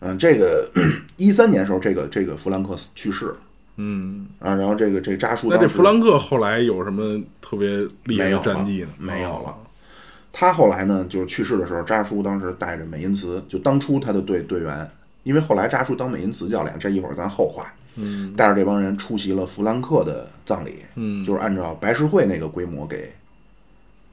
S1: 嗯，这个一三年时候，这个这个弗兰克去世了
S4: 嗯，
S1: 啊，然后这个这扎叔
S4: 那这
S1: 当时
S4: 弗兰克后来有什么特别厉害
S1: 没有
S4: 的
S1: 了
S4: 战绩呢？
S1: 没有了
S4: 哦。。
S1: 他后来呢，就是去世的时候，扎叔当时带着美因茨，就当初他的队队员，因为后来扎叔当美因茨教练，这一会儿咱后话。嗯，带着这帮人出席了弗兰克的葬礼，嗯，就是按照白石会那个规模给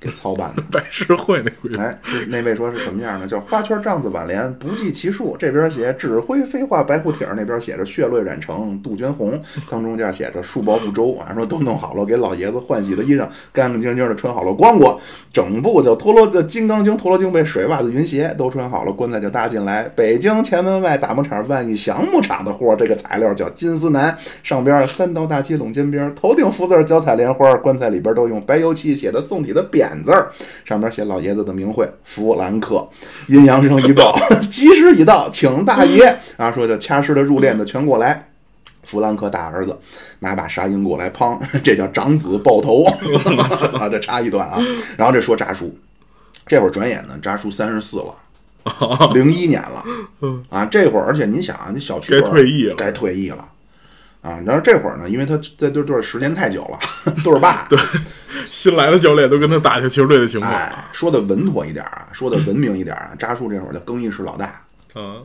S1: 给操办的。
S4: 百事会那规矩，
S1: 哎，是那位说是什么样的？叫花圈帐子挽联，不计其数。这边写指挥飞化白虎帖儿，那边写着血泪染成杜鹃红，当中间写着数包不周。啊，说都弄好了，给老爷子换洗的衣裳，干干净净的穿好了光光，整部就陀罗就金刚经、陀罗经被水袜子、云鞋都穿好了，棺材就搭进来。北京前门外打木厂万益祥木厂的货，这个材料叫金丝楠，上边三刀大漆拢金边，头顶福字儿脚踩莲花，棺材里边都用白油漆写的宋体的匾字儿。上面写老爷子的名讳弗兰克。阴阳声一 报，吉时已到，请大爷啊！说就掐师的、入殓的全过来。弗兰克大儿子拿把沙鹰过来，砰！ 这叫长子抱头 啊！这插一段啊，然后这说扎叔，这会儿转眼呢，扎叔三十四了。 零一年了，啊，这会儿，而且您想啊，你小区
S4: 嗯该退役了
S1: 该退役了，啊，然后这会儿呢，因为他在队队时间太久了， 队 儿爸，对，
S4: 新来的教练都跟他打下球队的情况，
S1: 哎，说的稳妥一点啊，说的文明一点啊，扎叔这会儿叫更衣室老大。
S4: 嗯，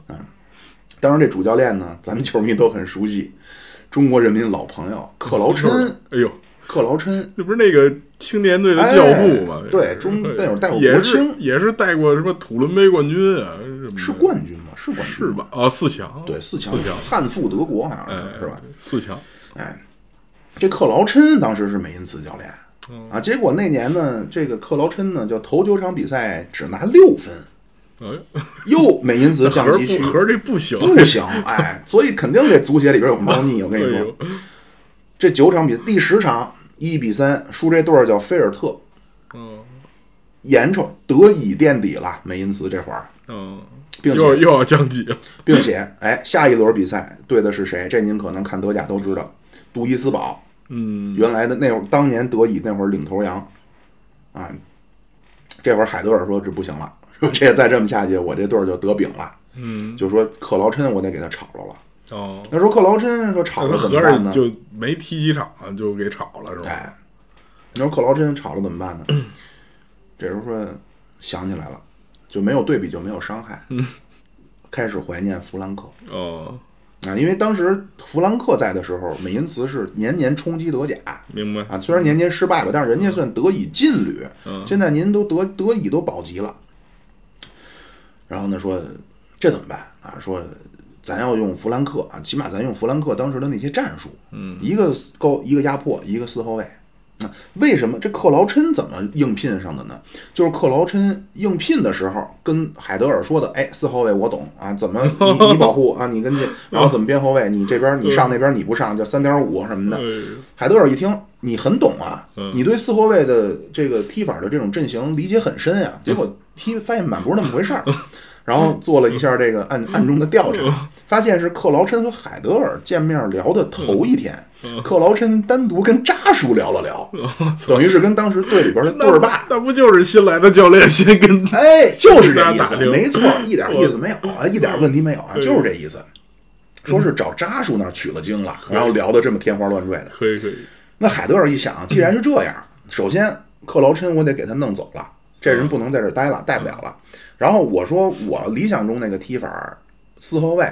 S1: 当然，这主教练呢， 咱们球迷都很熟悉，中国人民老朋友克劳琛，
S4: 哎呦，
S1: 克劳琛。
S4: 那不是那个青年队的教父吗
S1: 哎？
S4: 那
S1: 对
S4: 是
S1: 中那会儿带过
S4: 也
S1: 国
S4: 是
S1: 青
S4: 也是带过什么土伦杯冠军啊，什么的
S1: 是冠军吗？是冠军
S4: 是吧？？啊，四强
S1: 对，四强，
S4: 四强
S1: 汉服德国好像
S4: 哎
S1: 是，是吧？？
S4: 四强，
S1: 哎，这克劳琛当时是美因茨教练
S4: 嗯
S1: 啊，结果那年呢，这个克劳琛呢，就头九场比赛只拿六分，
S4: 哎，
S1: 又美因茨 降
S4: 合
S1: 级
S4: 不
S1: 区
S4: 合这不行，
S1: 不行，哎，所以肯定这足协里边有猫腻，我跟你
S4: 哎
S1: 说。
S4: 呦，
S1: 这九场比第十场一比三输这队儿叫菲尔特，
S4: 嗯
S1: 眼瞅得以垫底了，梅因茨这会儿，
S4: 嗯，
S1: 并
S4: 又
S1: 且
S4: 又要降级，
S1: 并且哎，下一轮比赛对的是谁？这您可能看德甲都知道，杜伊斯堡
S4: 嗯，
S1: 原来的那会儿，当年德乙那会儿领头羊啊，这会儿海德尔说这不行了，说这再这么下去，我这队儿就得丙了，
S4: 嗯，
S1: 就说克劳琛我得给他炒了了。
S4: 哦，
S1: 那时候克劳琛说炒
S4: 那
S1: 了
S4: 他
S1: 怎么
S4: 合
S1: 办呢
S4: 着？就没踢几场就给炒了是吧？
S1: 哎，你说克劳真吵了怎么办呢？ 这时候说想起来了，就没有对比就没有伤害， 开始怀念弗兰克
S4: 哦，
S1: 啊，因为当时弗兰克在的时候，美因茨是年年冲击德甲
S4: 明白
S1: 啊，虽然年年失败吧，但是人家算德乙劲旅，
S4: 嗯
S1: 现在您都德德乙都保级了，然后呢说这怎么办啊？说咱要用弗兰克啊，起码咱用弗兰克当时的那些战术，嗯，一个高一个压迫，一个四后卫。那为什么这克劳琛怎么应聘上的呢？就是克劳琛应聘的时候跟海德尔说的，哎，四后卫我懂啊，怎么你你保护啊，你跟进，然后怎么编后卫，你这边你上那边你不上，就三点五什么的
S4: 哎。呦
S1: 海德尔一听，你很懂啊
S4: 嗯，
S1: 你对四后卫的这个踢法的这种阵型理解很深啊。结果踢发现满不是那么回 事儿，然后做了一下这个暗暗中的调查，
S4: 嗯
S1: 发现是克劳琛和海德尔见面聊的头一天，
S4: 嗯
S1: 克劳琛单独跟扎叔聊了聊，等于是跟当时队里边的队
S4: 那不
S1: 儿爸。
S4: 那不就是新来的教练先跟
S1: 哎，就是这
S4: 跟
S1: 意
S4: 大家打，
S1: 思
S4: 听 嗯
S1: 没错，一点意思没有啊，一点问题没有啊，就是这意思。说是找扎叔那儿取了经了，
S4: 嗯
S1: 然后聊得这么天花乱坠的。
S4: 可以可以，
S1: 那海德尔一想，既然是这样，首先克劳琛我得给他弄走了，这人不能在这儿待了，待不了了。然后我说我理想中那个踢法四后卫，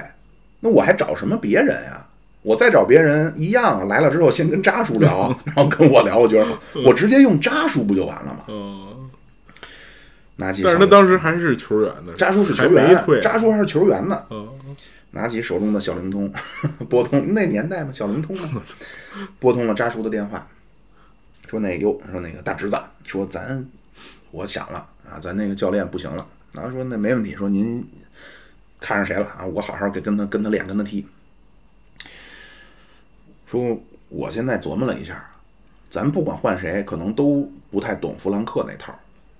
S1: 那我还找什么别人呀、我再找别人一样来了之后，先跟扎叔 聊，然后跟我聊，我觉得好，我直接用扎叔不就完了吗？
S4: 嗯，
S1: 拿起
S4: 但是他
S1: 手
S4: 当时还是球员呢，
S1: 扎叔是
S4: 还
S1: 球
S4: 没
S1: 员
S4: 退，，
S1: 扎叔还是球员呢，
S4: 嗯，
S1: 拿起手中的小灵通， 拨通那年代嘛，小灵通嘛，拨通了扎叔的电话，说那个哟，说那个大侄子，说咱我想了啊，咱那个教练不行了，然后说那没问题，说您看上谁了啊，我好好给跟他跟他练，跟他踢。说我现在琢磨了一下，咱不管换谁，可能都不太懂弗兰克那套，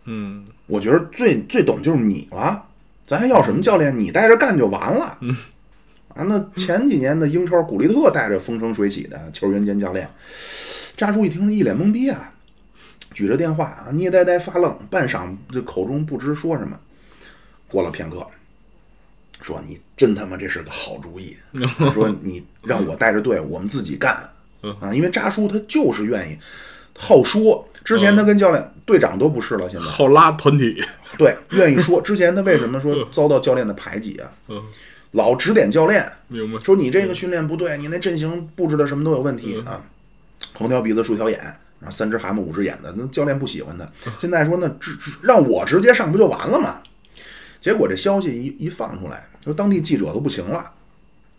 S4: 嗯，
S1: 我觉得最最懂就是你了，咱还要什么教练？你带着干就完了。啊，那前几年的英超，古利特带着风生水起的球员兼教练，扎叔一听一脸懵逼啊，举着电话啊捏呆呆发愣，半晌这口中不知说什么。过了片刻，说你真他妈这是个好主意，说你让我带着队，我们自己干啊，因为扎叔他就是愿意好说。之前他跟教练、队长都不是了，现在
S4: 好拉团体，
S1: 对，愿意说。之前他为什么说遭到教练的排挤啊？
S4: 嗯，
S1: 老指点教练，
S4: 明白，
S1: 说你这个训练不对，你那阵型布置的什么都有问题啊，横挑鼻子竖挑眼，然后三只蛤蟆五只眼的，那教练不喜欢他。现在说那直直让我直接上不就完了吗？结果这消息一一放出来，说当地记者都不行了，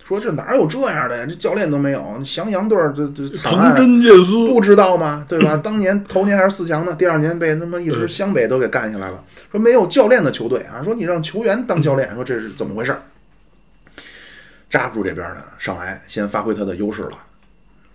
S1: 说这哪有这样的呀？这教练都没有，襄阳队儿这这惨
S4: 藤
S1: 案啊
S4: 真剑丝
S1: 不知道吗？对吧？当年头年还是四强呢，第二年被他妈一直湘北都给干下来了。说没有教练的球队啊，说你让球员当教练，说这是怎么回事儿？扎不住这边呢，上来先发挥他的优势了，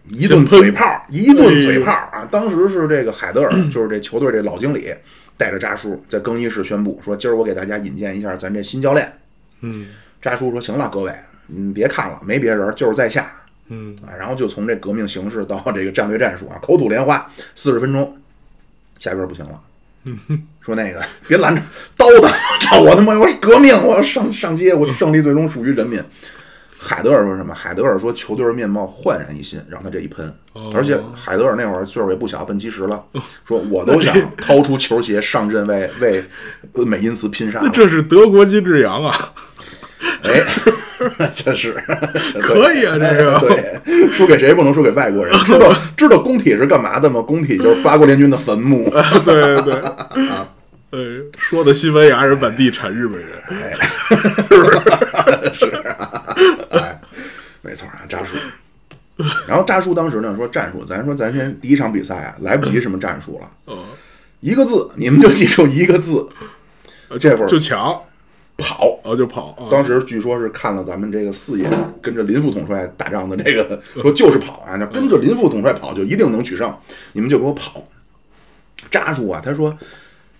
S1: 一顿嘴炮，一顿嘴炮啊！当时是这个海德尔， 就是这球队这老经理，带着扎叔在更衣室宣布说：“今儿我给大家引荐一下咱这新教练。”
S4: 嗯，
S1: 扎叔说：“行了，各位，你别看了，没别人，就是在下。”
S4: 嗯
S1: 啊，然后就从这革命形势到这个战略战术啊，口吐莲花，四十分钟，下边不行了， 说那个别拦着，刀的，操我他妈，我是革命，我要上上街，我胜利最终属于人民。海德尔说什么？海德尔说球队的面貌焕然一新，让他这一喷，
S4: 哦
S1: 而且海德尔那会儿岁数也不小，奔七十了，说我都想掏出球鞋上阵为为呃美因茨拼杀了
S4: 那，这是德国金志扬啊，
S1: 哎， 这是
S4: 可以啊，这
S1: 哎
S4: 是。
S1: 对，输给谁不能输给外国人。知道知道工体是干嘛的吗？工体就是八国联军的坟墓。
S4: 对对对，哎，说的西班牙人满地产日本人，啊
S1: 没错啊，扎叔。然后扎叔当时呢说战术，咱说咱先第一场比赛啊，来不及什么战术了，
S4: 哦，
S1: 一个字，你们就记住一个字，这会儿
S4: 就抢，
S1: 跑。
S4: 然后就跑啊，
S1: 当时据说是看了咱们这个四爷跟着林副统帅打仗的这个，说就是跑啊，那跟着林副统帅跑就一定能取胜，你们就给我跑。扎叔啊，他说，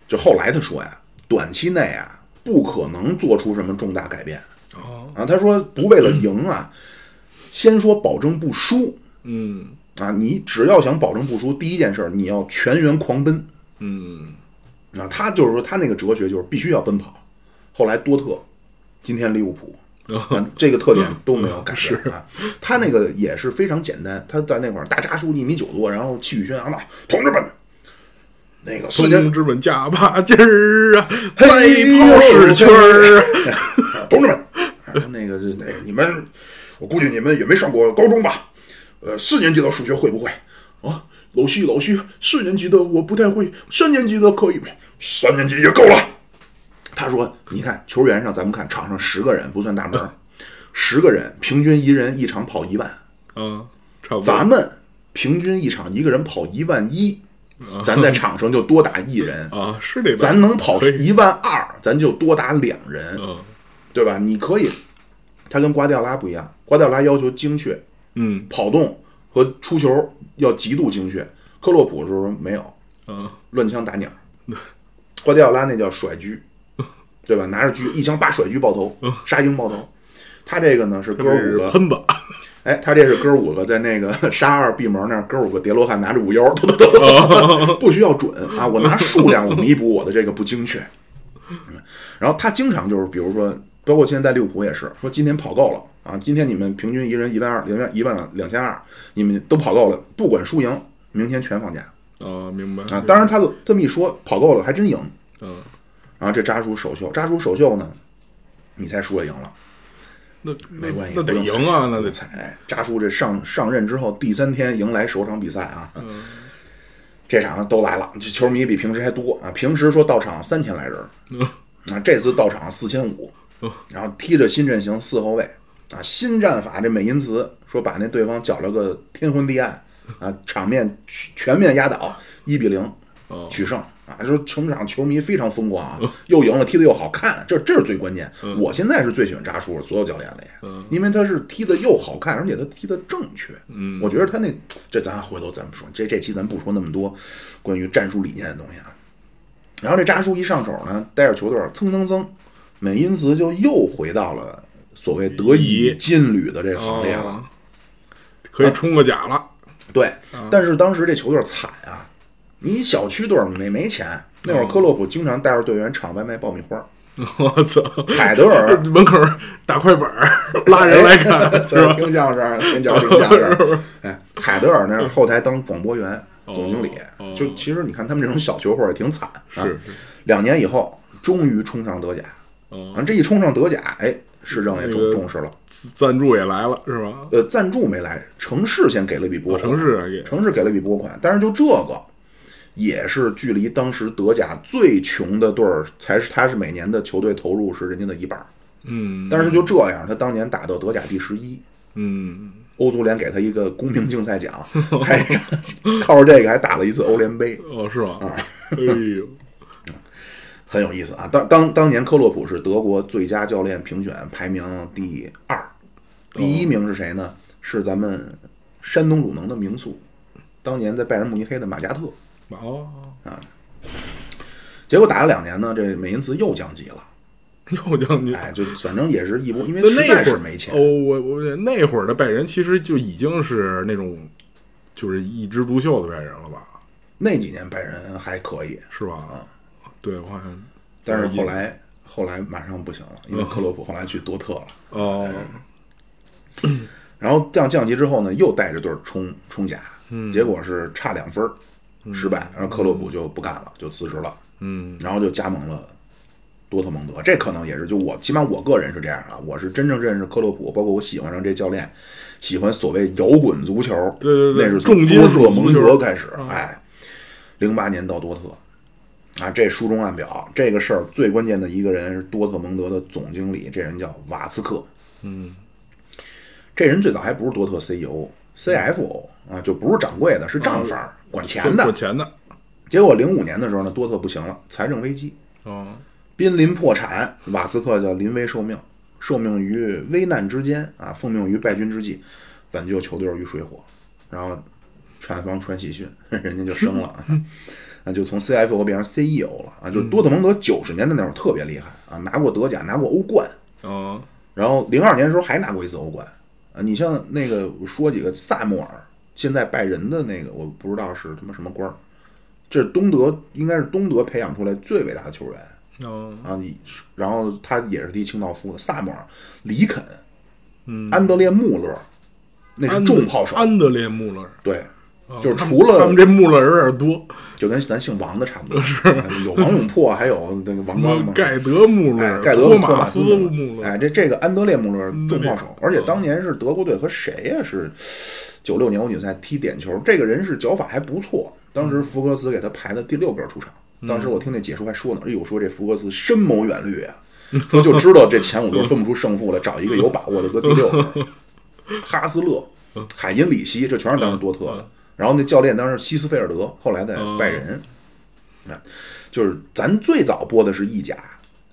S1: 就后来他说呀，短期内啊不可能做出什么重大改变
S4: 哦，
S1: 啊，他说不为了赢啊，先说保证不输
S4: 嗯
S1: 啊，你只要想保证不输，第一件事儿你要全员狂奔，
S4: 嗯，
S1: 啊，他就是说他那个哲学就是必须要奔跑。后来多特，今天利物浦，啊、这个特点都没有改变啊。他那个也是非常简单，他在那会儿大扎叔一米九多，然后气宇轩昂的，同志们，那个四年
S4: 同志们加把劲儿啊，
S1: 嘿
S4: 再跑屎圈儿啊，
S1: 同志们，啊那个那个你们，我估计你们也没上过高中吧？呃，四年级的数学会不会？啊，老师老师，四年级的我不太会，三年级的可以吗？三年级也够了。他说：“你看球员上，咱们看场上十个人不算大门儿，十个人平均一人一场跑一万，
S4: 嗯，差不多，
S1: 咱们平均一场一个人跑一万一，咱在场上就多打一 人。
S4: 啊是这，
S1: 咱能跑
S4: 可以
S1: 一万二，咱就多打两人。
S4: 嗯
S1: 对吧？你可以，他跟瓜迪奥拉不一样，瓜迪奥拉要求精确，
S4: 嗯
S1: 跑动和出球要极度精确。克洛普是说没有，
S4: 嗯
S1: 乱枪 打鸟。瓜迪奥拉那叫甩狙，对吧？拿着狙一枪把甩狙 爆头，杀鹰爆头。他这个呢是哥
S4: 这
S1: 五
S4: 是
S1: 个，
S4: 喷吧，
S1: 哎，他这是哥五个在那个 沙二闭门那儿，哥五个叠罗汉拿着五幺，突突突突突不需要准啊，我拿数量我弥补我的这个不精确。嗯然后他经常就是，比如说，包括现在在利物浦也是，说今天跑够了啊，今天你们平均一人一万二，零万一万两两千二，你们都跑够了，不管输赢，明天全放假
S4: 啊明白
S1: 啊。当然，他这么一说，跑够了还真赢。
S4: 嗯，
S1: 然后这扎叔首秀，扎叔首秀呢，你猜输了赢了？
S4: 那
S1: 没关系，
S4: 那得
S1: 不用
S4: 赢啊，
S1: 猜
S4: 那
S1: 不用
S4: 得
S1: 猜。哎扎叔这上上任之后第三天迎来首场比赛啊，这场都来了，这球迷比平时还多啊。平时说到场三千来人，啊，这次到场四千五，然后踢着新阵型四后卫啊，新战法这美因茨说把那对方搅了个天昏地暗啊，场面全全面压倒，一比零
S4: 哦
S1: 取胜啊！就是全场球迷非常风光啊，又赢了，踢得又好看，这这是最关键。我现在是最喜欢扎叔所有教练里，
S4: 嗯
S1: 因为他是踢得又好看，而且他踢得正确。嗯，我觉得他那这咱回头咱们说，这这期咱不说那么多关于战术理念的东西啊。然后这扎叔一上手呢，带着球队儿蹭蹭蹭，美因茨就又回到了所谓德乙劲旅的这个行列了。
S4: 啊可以冲个甲了，
S1: 对，但是当时这球队惨啊，你小区队儿没没钱，那会儿克洛普经常带着队员场外卖爆米花儿，
S4: 我操！
S1: 海德尔
S4: 门口打快板儿，拉人来看，是
S1: 在
S4: 吧？
S1: 哎听相声，听讲听相声，哎，海德尔那是后台当广播员、总经理
S4: 哦，
S1: 就其实你看他们这种小球会儿也挺惨，啊
S4: 是，
S1: 两年以后终于冲上德甲，然后这一冲上德甲，哎，市政也
S4: 哦那
S1: 重
S4: 个
S1: 重视了。
S4: 赞助也来了是吧？
S1: 呃，赞助没来，城市先给了笔拨
S4: 哦
S1: 款，
S4: 城市还给
S1: 城市给了笔拨款，但是就这个也是距离当时德甲最穷的队儿，才是他是每年的球队投入是人家的一半儿，
S4: 嗯
S1: 但是就这样，他当年打到德甲第十一，
S4: 嗯，
S1: 欧足联给他一个公平竞赛奖， 还靠着这个还打了一次欧联杯，
S4: 哦是
S1: 啊
S4: 吧？哎呦，
S1: 很有意思啊。当当当年克洛普是德国最佳教练评选排名第二，第一名是谁呢？是咱们山东鲁能的名宿，当年在拜仁慕尼黑的马加特。
S4: 哦，
S1: 结果打了两年呢，这美因茨又降级了，
S4: 又将军。
S1: 哎，就反正也是一波，因为
S4: 那
S1: 实
S4: 那
S1: 在
S4: 会
S1: 是
S4: 儿
S1: 没钱
S4: 哦，，我我那会儿的拜仁其实就已经是那种就是一枝独秀的拜仁了吧，
S1: 那几年拜仁还可以，
S4: 是
S1: 嗯
S4: 吧？对，我好像
S1: 但是后来后来马上不行了，因为克洛普后来去多特了，
S4: 哦，
S1: 哎然后降降级之后呢，又带着队儿冲冲甲，结果是差两分儿失败，然后克洛普就不干了，就辞职了，
S4: 嗯
S1: 然后就加盟了。多特蒙德，这可能也是就我，起码我个人是这样啊，我是真正认识克洛普，包括我喜欢上这教练，喜欢所谓摇滚足球，
S4: 对对对
S1: 那是
S4: 重
S1: 从
S4: 金
S1: 多
S4: 属
S1: 特
S4: 足
S1: 蒙
S4: 球
S1: 德开始
S4: 啊，
S1: 哎，零八年到多特，啊，这书中暗表，这个事儿最关键的一个人是多特蒙德的总经理，这人叫瓦茨克，
S4: 嗯
S1: 这人最早还不是多特 E CEO，CFO
S4: 嗯
S1: 啊，就不是掌柜的，是账房儿，管钱
S4: 有
S1: 的。
S4: 钱的，
S1: 结果零五年的时候呢，多特不行了，财政危机，
S4: 哦，
S1: 濒临破产，瓦斯克叫临危受命，受命于危难之间啊，奉命于败军之际，挽救球队于水火。然后产房传喜讯，人家就生了，啊，就从 CFO 变成 CEO 了啊，就是多特蒙德九十年代那会儿特别厉害啊，拿过德甲，拿过欧冠，
S4: 哦，
S1: 然后零二年的时候还拿过一次欧冠啊。你像那个我说几个萨穆尔，现在拜仁的那个，我不知道是他妈什么官儿，这是东德应该是东德培养出来最伟大的球员。
S4: 哦，
S1: 啊，你是然后他也是踢清道夫的萨摩尔、里肯、安德烈穆勒，那是重炮手，
S4: 嗯安德烈穆勒，
S1: 对，
S4: 哦
S1: 就是
S4: 他们
S1: 除了
S4: 他们这穆勒人有点多，
S1: 就跟咱姓王的差不多，啊有王永珀，还有那个王
S4: 什
S1: 刚
S4: 么
S1: 嘛。
S4: 盖德穆
S1: 哎
S4: 勒、，
S1: 盖德
S4: 托
S1: 托
S4: 马
S1: 马
S4: 斯穆
S1: 穆
S4: 勒，嗯
S1: 哎，这这个安德烈穆勒
S4: 德
S1: 重
S4: 烈
S1: 炮手，而且当年是德国队和谁呀、是九六年欧锦赛踢点球，这个人是脚法还不错，当
S4: 嗯
S1: 时福格斯给他排的第六个出场。当时我听那解说还说呢，哎呦，说这福格斯深谋远虑啊，说就知道这前五轮分不出胜负来，找一个有把握的搁第 六个。哈斯勒、海因里希，这全是当时多特的。然后那教练当时希斯菲尔德，后来在
S4: 嗯
S1: 拜仁。啊，就是咱最早播的是意甲，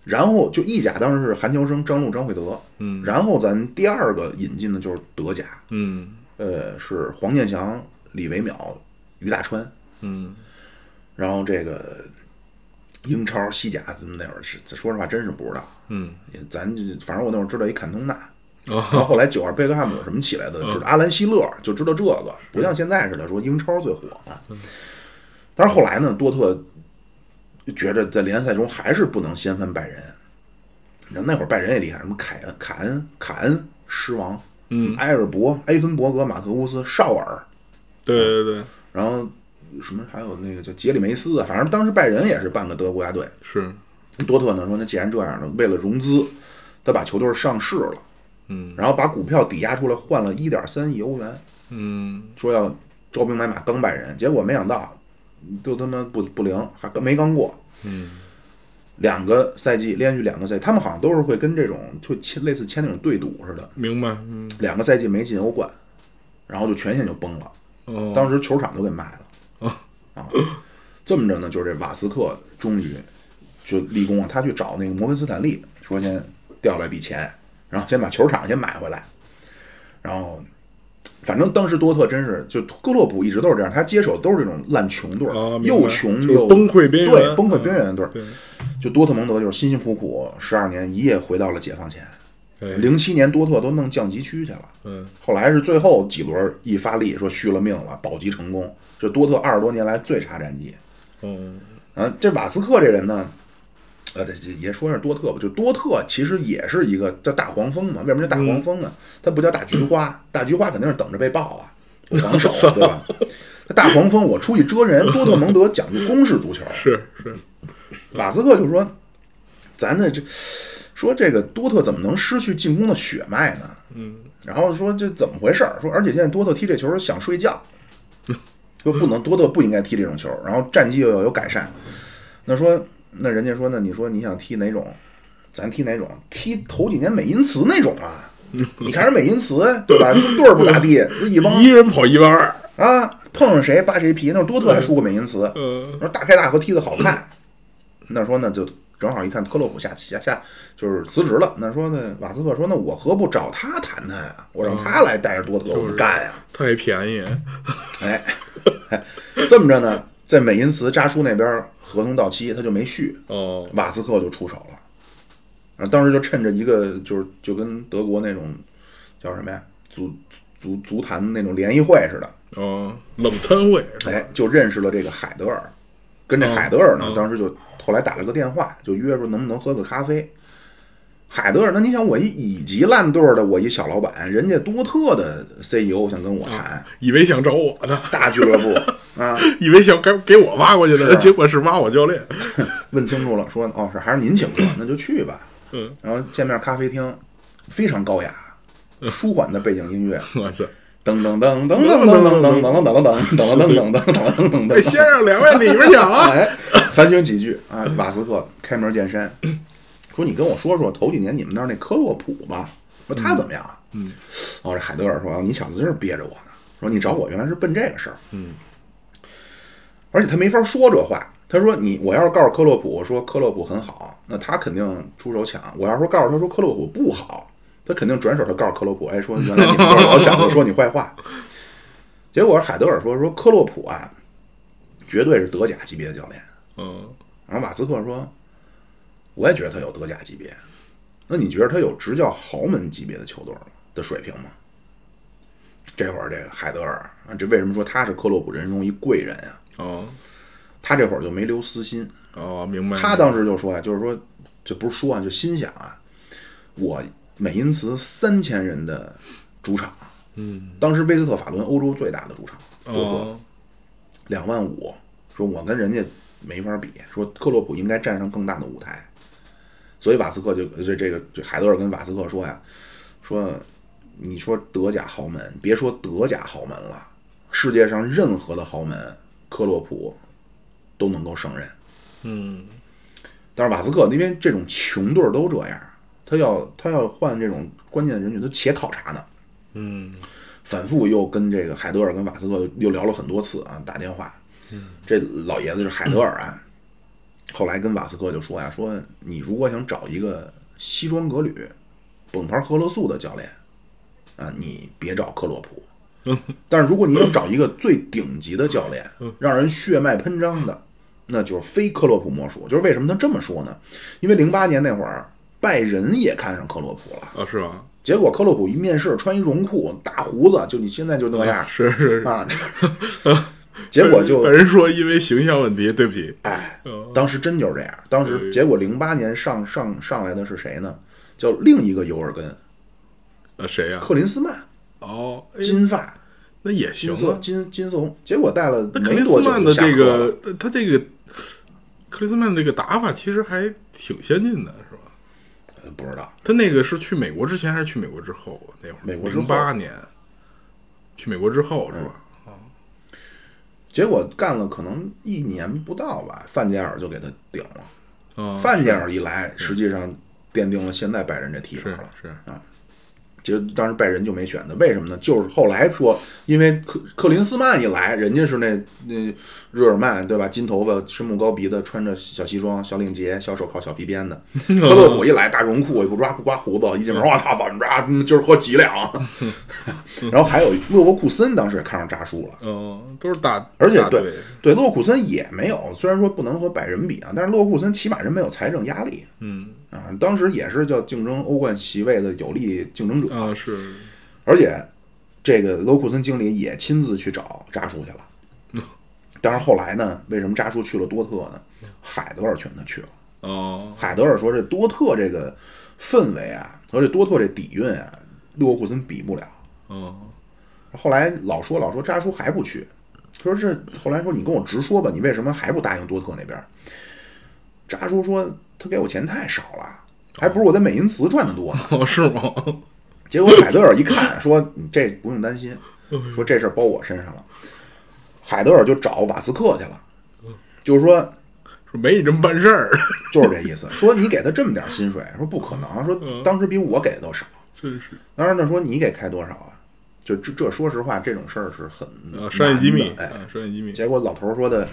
S1: 然后就意甲当时是韩乔生、张璐、张惠德，嗯，然后咱第二个引进的就是德甲，
S4: 嗯
S1: 呃，是黄健翔、李维淼、于大川，
S4: 嗯，
S1: 然后这个英超、西甲咱们那会儿是说实话真是不知道，
S4: 嗯，
S1: 也咱就反正我那会儿知道一坎通纳，
S4: 哦
S1: 然后后来九二贝克汉姆什么起来的，知道阿兰希勒就知道这个，不像现在似的说英超最火啊。但是后来呢，多特觉着在联赛中还是不能掀翻拜仁，然后那会儿拜仁也厉害，什么凯恩、凯恩、凯恩、狮王，嗯，埃尔伯、埃芬伯格、马特乌斯、绍尔，
S4: 对 对对，
S1: 然后什么还有那个叫杰里梅斯啊，反正当时拜仁也是半个德国国家队。
S4: 是，
S1: 多特呢说，那既然这样呢，为了融资，他把球队上市了，
S4: 嗯
S1: 然后把股票抵押出来换了一点三亿欧元，
S4: 嗯
S1: 说要招兵买马刚拜仁，结果没想到都他妈不不灵，还刚没刚过。
S4: 嗯，
S1: 两个赛季连续两个赛季，他们好像都是会跟这种就签类似签那种对赌似的，
S4: 明白，嗯
S1: 两个赛季没进欧冠，然后就全线就崩了。
S4: 哦，
S1: 当时球场都给卖了。啊，这么着呢，就是这瓦斯克终于就立功了，他去找那个摩根斯坦利，说先调来笔钱，然后先把球场先买回来，然后。反正当时多特真是，就哥洛普一直都是这样，他接手都是这种烂穷队儿，
S4: 啊明白
S1: 又穷
S4: 就是
S1: 又
S4: 崩溃边缘嗯
S1: 对崩溃边缘的队儿。
S4: 对，
S1: 就多特蒙德就是辛辛苦苦十二年一夜回到了解放前。
S4: 哎
S1: 零七年多特都弄降级区去了，
S4: 嗯，
S1: 后来是最后几轮一发力，说续了命了，保级成功。这多特二十多年来最差战绩。
S4: 哦，
S1: 啊，这瓦斯克这人呢，呃，这这也说一下多特吧，就多特其实也是一个叫大黄蜂嘛。为什么叫大黄蜂呢？它不叫大菊花， 大菊花肯定是等着被爆啊，有防守对吧？它大黄蜂，我出去遮人。多特蒙德讲究攻势足球，
S4: 是是，
S1: 瓦斯克就说：“咱的这说这个多特怎么能失去进攻的血脉呢？
S4: 嗯，
S1: 然后说这怎么回事儿？说而且现在多特踢这球想睡觉， 说不能多特不应该踢这种球，然后战绩又要有改善。那说那人家说那你说你想踢哪种？咱踢哪种？踢头几年美因茨那种啊？你看人美因茨对吧？队儿不咋地，一帮
S4: 一人跑一万二，
S1: 啊碰上谁扒谁皮。那时候多特还输过美因茨，
S4: 嗯
S1: 说大开大合踢得好看。那说呢，就正好一看特洛普下下下就是辞职了。那说呢，瓦斯克说那我何不找他谈谈啊？我让他来带着多特我们干呀、啊
S4: 太便宜，
S1: 哎， 这么着呢，在美因茨扎叔那边合同到期，他就没续，
S4: 哦，
S1: 瓦斯克就出手了。啊，当时就趁着一个就是就跟德国那种叫什么呀足足足坛那种联谊会似的，
S4: 哦，冷餐会，
S1: 哎，就认识了这个海德尔，跟这海德尔呢，
S4: 嗯嗯
S1: 当时就后来打了个电话，就约说能不能喝个咖啡。海德尔，那你想我一乙级烂队儿的，我一小老板，人家多特的 CEO 想跟我谈、
S4: 以为想找我呢，
S1: 大俱乐部啊，
S4: 以为想给给我挖过去的，结果是挖我教练，
S1: 问清楚了，说哦是还是您请客，那就去吧。
S4: 嗯，
S1: 然后见面咖啡厅，非常高雅，舒缓的背景音乐，
S4: 我操，
S1: 噔噔噔噔噔噔噔噔噔噔噔噔噔噔噔噔噔
S4: 哎，
S1: 噔。
S4: 先生两位里边请啊，
S1: 哎，寒暄几句啊，瓦斯克开门见山，说你跟我说说头几年你们那儿那科洛普吧，说他怎么样？
S4: 嗯，
S1: 哦，这海德尔说啊，你小子真是憋着我呢，说你找我原来是奔这个事儿，
S4: 嗯，
S1: 而且他没法说这话。他说你，我要是告诉科洛普，我说科洛普很好，那他肯定出手抢；我要是说告诉他说科洛普不好，他肯定转手他告诉科洛普，哎，说原来你们都是老小子说你坏话。 结果海德尔说说科洛普啊，绝对是德甲级别的教练。
S4: 嗯，
S1: 然后瓦斯克说：“我也觉得他有德甲级别，那你觉得他有执教豪门级别的球队吗的水平吗？”这会儿这个海德尔啊，这为什么说他是克洛普人中一贵人啊？
S4: 哦，
S1: 他这会儿就没留私心，
S4: 哦，明白了，
S1: 他当时就说啊，就是说，这不是说啊，就心想啊，我美因茨三千人的主场，嗯，当时威斯特法伦欧洲最大的主场，多特、
S4: 哦，
S1: 两万五，说我跟人家没法比，说克洛普应该站上更大的舞台，所以瓦斯克就这这个这海德尔跟瓦斯克说呀，说你说德甲豪门，别说德甲豪门了，世界上任何的豪门，克洛普都能够胜任。
S4: 嗯，
S1: 但是瓦斯克因为这种穷队儿都这样，他要他要换这种关键人群，他且考察呢。
S4: 嗯，
S1: 反复又跟这个海德尔跟瓦斯克又聊了很多次啊，打电话。这老爷子是海德尔啊，后来跟瓦斯克就说呀、说你如果想找一个西装革履、本牌喝了素的教练啊，你别找克洛普。但是如果你想找一个最顶级的教练，让人血脉喷张的，那就是非克洛普莫属。就是为什么他这么说呢？因为零八年那会儿，拜仁也看上克洛普了。
S4: 啊，是吧？
S1: 结果科洛普一面试，穿一绒裤，大胡子，就你现在就那 样
S4: 是是是，
S1: 啊。 结果就
S4: 嗯本人说因为形象问题，对不起，
S1: 哎，
S4: 嗯
S1: 当时真就是这样。当时结果零八年上上上来的是谁呢？叫另一个尤尔根，
S4: 啊，谁呀？
S1: 克林斯曼，
S4: 哦，哎
S1: 金发，
S4: 那也行
S1: 金色
S4: 啊，
S1: 金金色红。结果带了
S4: 那克林
S1: 没
S4: 斯
S1: 多久
S4: 曼
S1: 就
S4: 的
S1: 下
S4: 这
S1: 课了
S4: 个，他这个克林斯曼这个打法其实还挺先进的，是吧？
S1: 呃不知道，
S4: 他那个是去美国之前还是去美国之后啊？那会儿
S1: 美国之后
S4: 零八年，去美国之后是吧？
S1: 结果干了可能一年不到吧，范加尔就给他顶了。
S4: 啊，
S1: 范加尔一来，实际上奠定了现在拜仁这踢法
S4: 是
S1: 了。
S4: 是，
S1: 其实当时拜仁就没选他，为什么呢？就是后来说，因为克克林斯曼一来，人家是那那日耳曼对吧？金头发、深目高鼻的，穿着小西装、小领结、小手铐、小皮鞭的。克洛普一来，大绒裤也不抓不刮胡子，一进门我操怎么着？嗯今儿喝几两？然后还有勒沃库森，当时也看上扎叔了。
S4: 嗯，都是打，
S1: 而且
S4: 打
S1: 对
S4: 队
S1: 对，勒沃库森也没有，虽然说不能和拜仁比啊，但是勒沃库森起码人没有财政压力
S4: 嗯
S1: 啊。当时也是叫竞争欧冠席位的有力竞争者。
S4: 啊是，
S1: 而且这个罗库森经理也亲自去找扎叔去了。但是后来呢，为什么扎叔去了多特呢？海德尔劝他去了。
S4: 哦
S1: 海德尔说：“这多特这个氛围啊，和这多特这底蕴啊，勒库森比不了。
S4: 哦”
S1: 后来老说老说扎叔还不去，他说这后来说你跟我直说吧，你为什么还不答应多特那边？扎叔说他给我钱太少了，还不如我在美因茨赚的多呢。
S4: 哦，是吗？
S1: 结果海德尔一看，说你这不用担心，说这事儿包我身上了。海德尔就找瓦斯克去了，就是说，
S4: 说没你这么办事儿，
S1: 就是这意思，说你给他这么点薪水，说不可能，说
S4: 嗯
S1: 当时比我给的都少。
S4: 真是
S1: 当然呢，说你给开多少啊？就这这，说实话，这种事儿是很
S4: 啊，商业机密
S1: 难的哎，
S4: 啊，商业机密，
S1: 结果老头儿说的，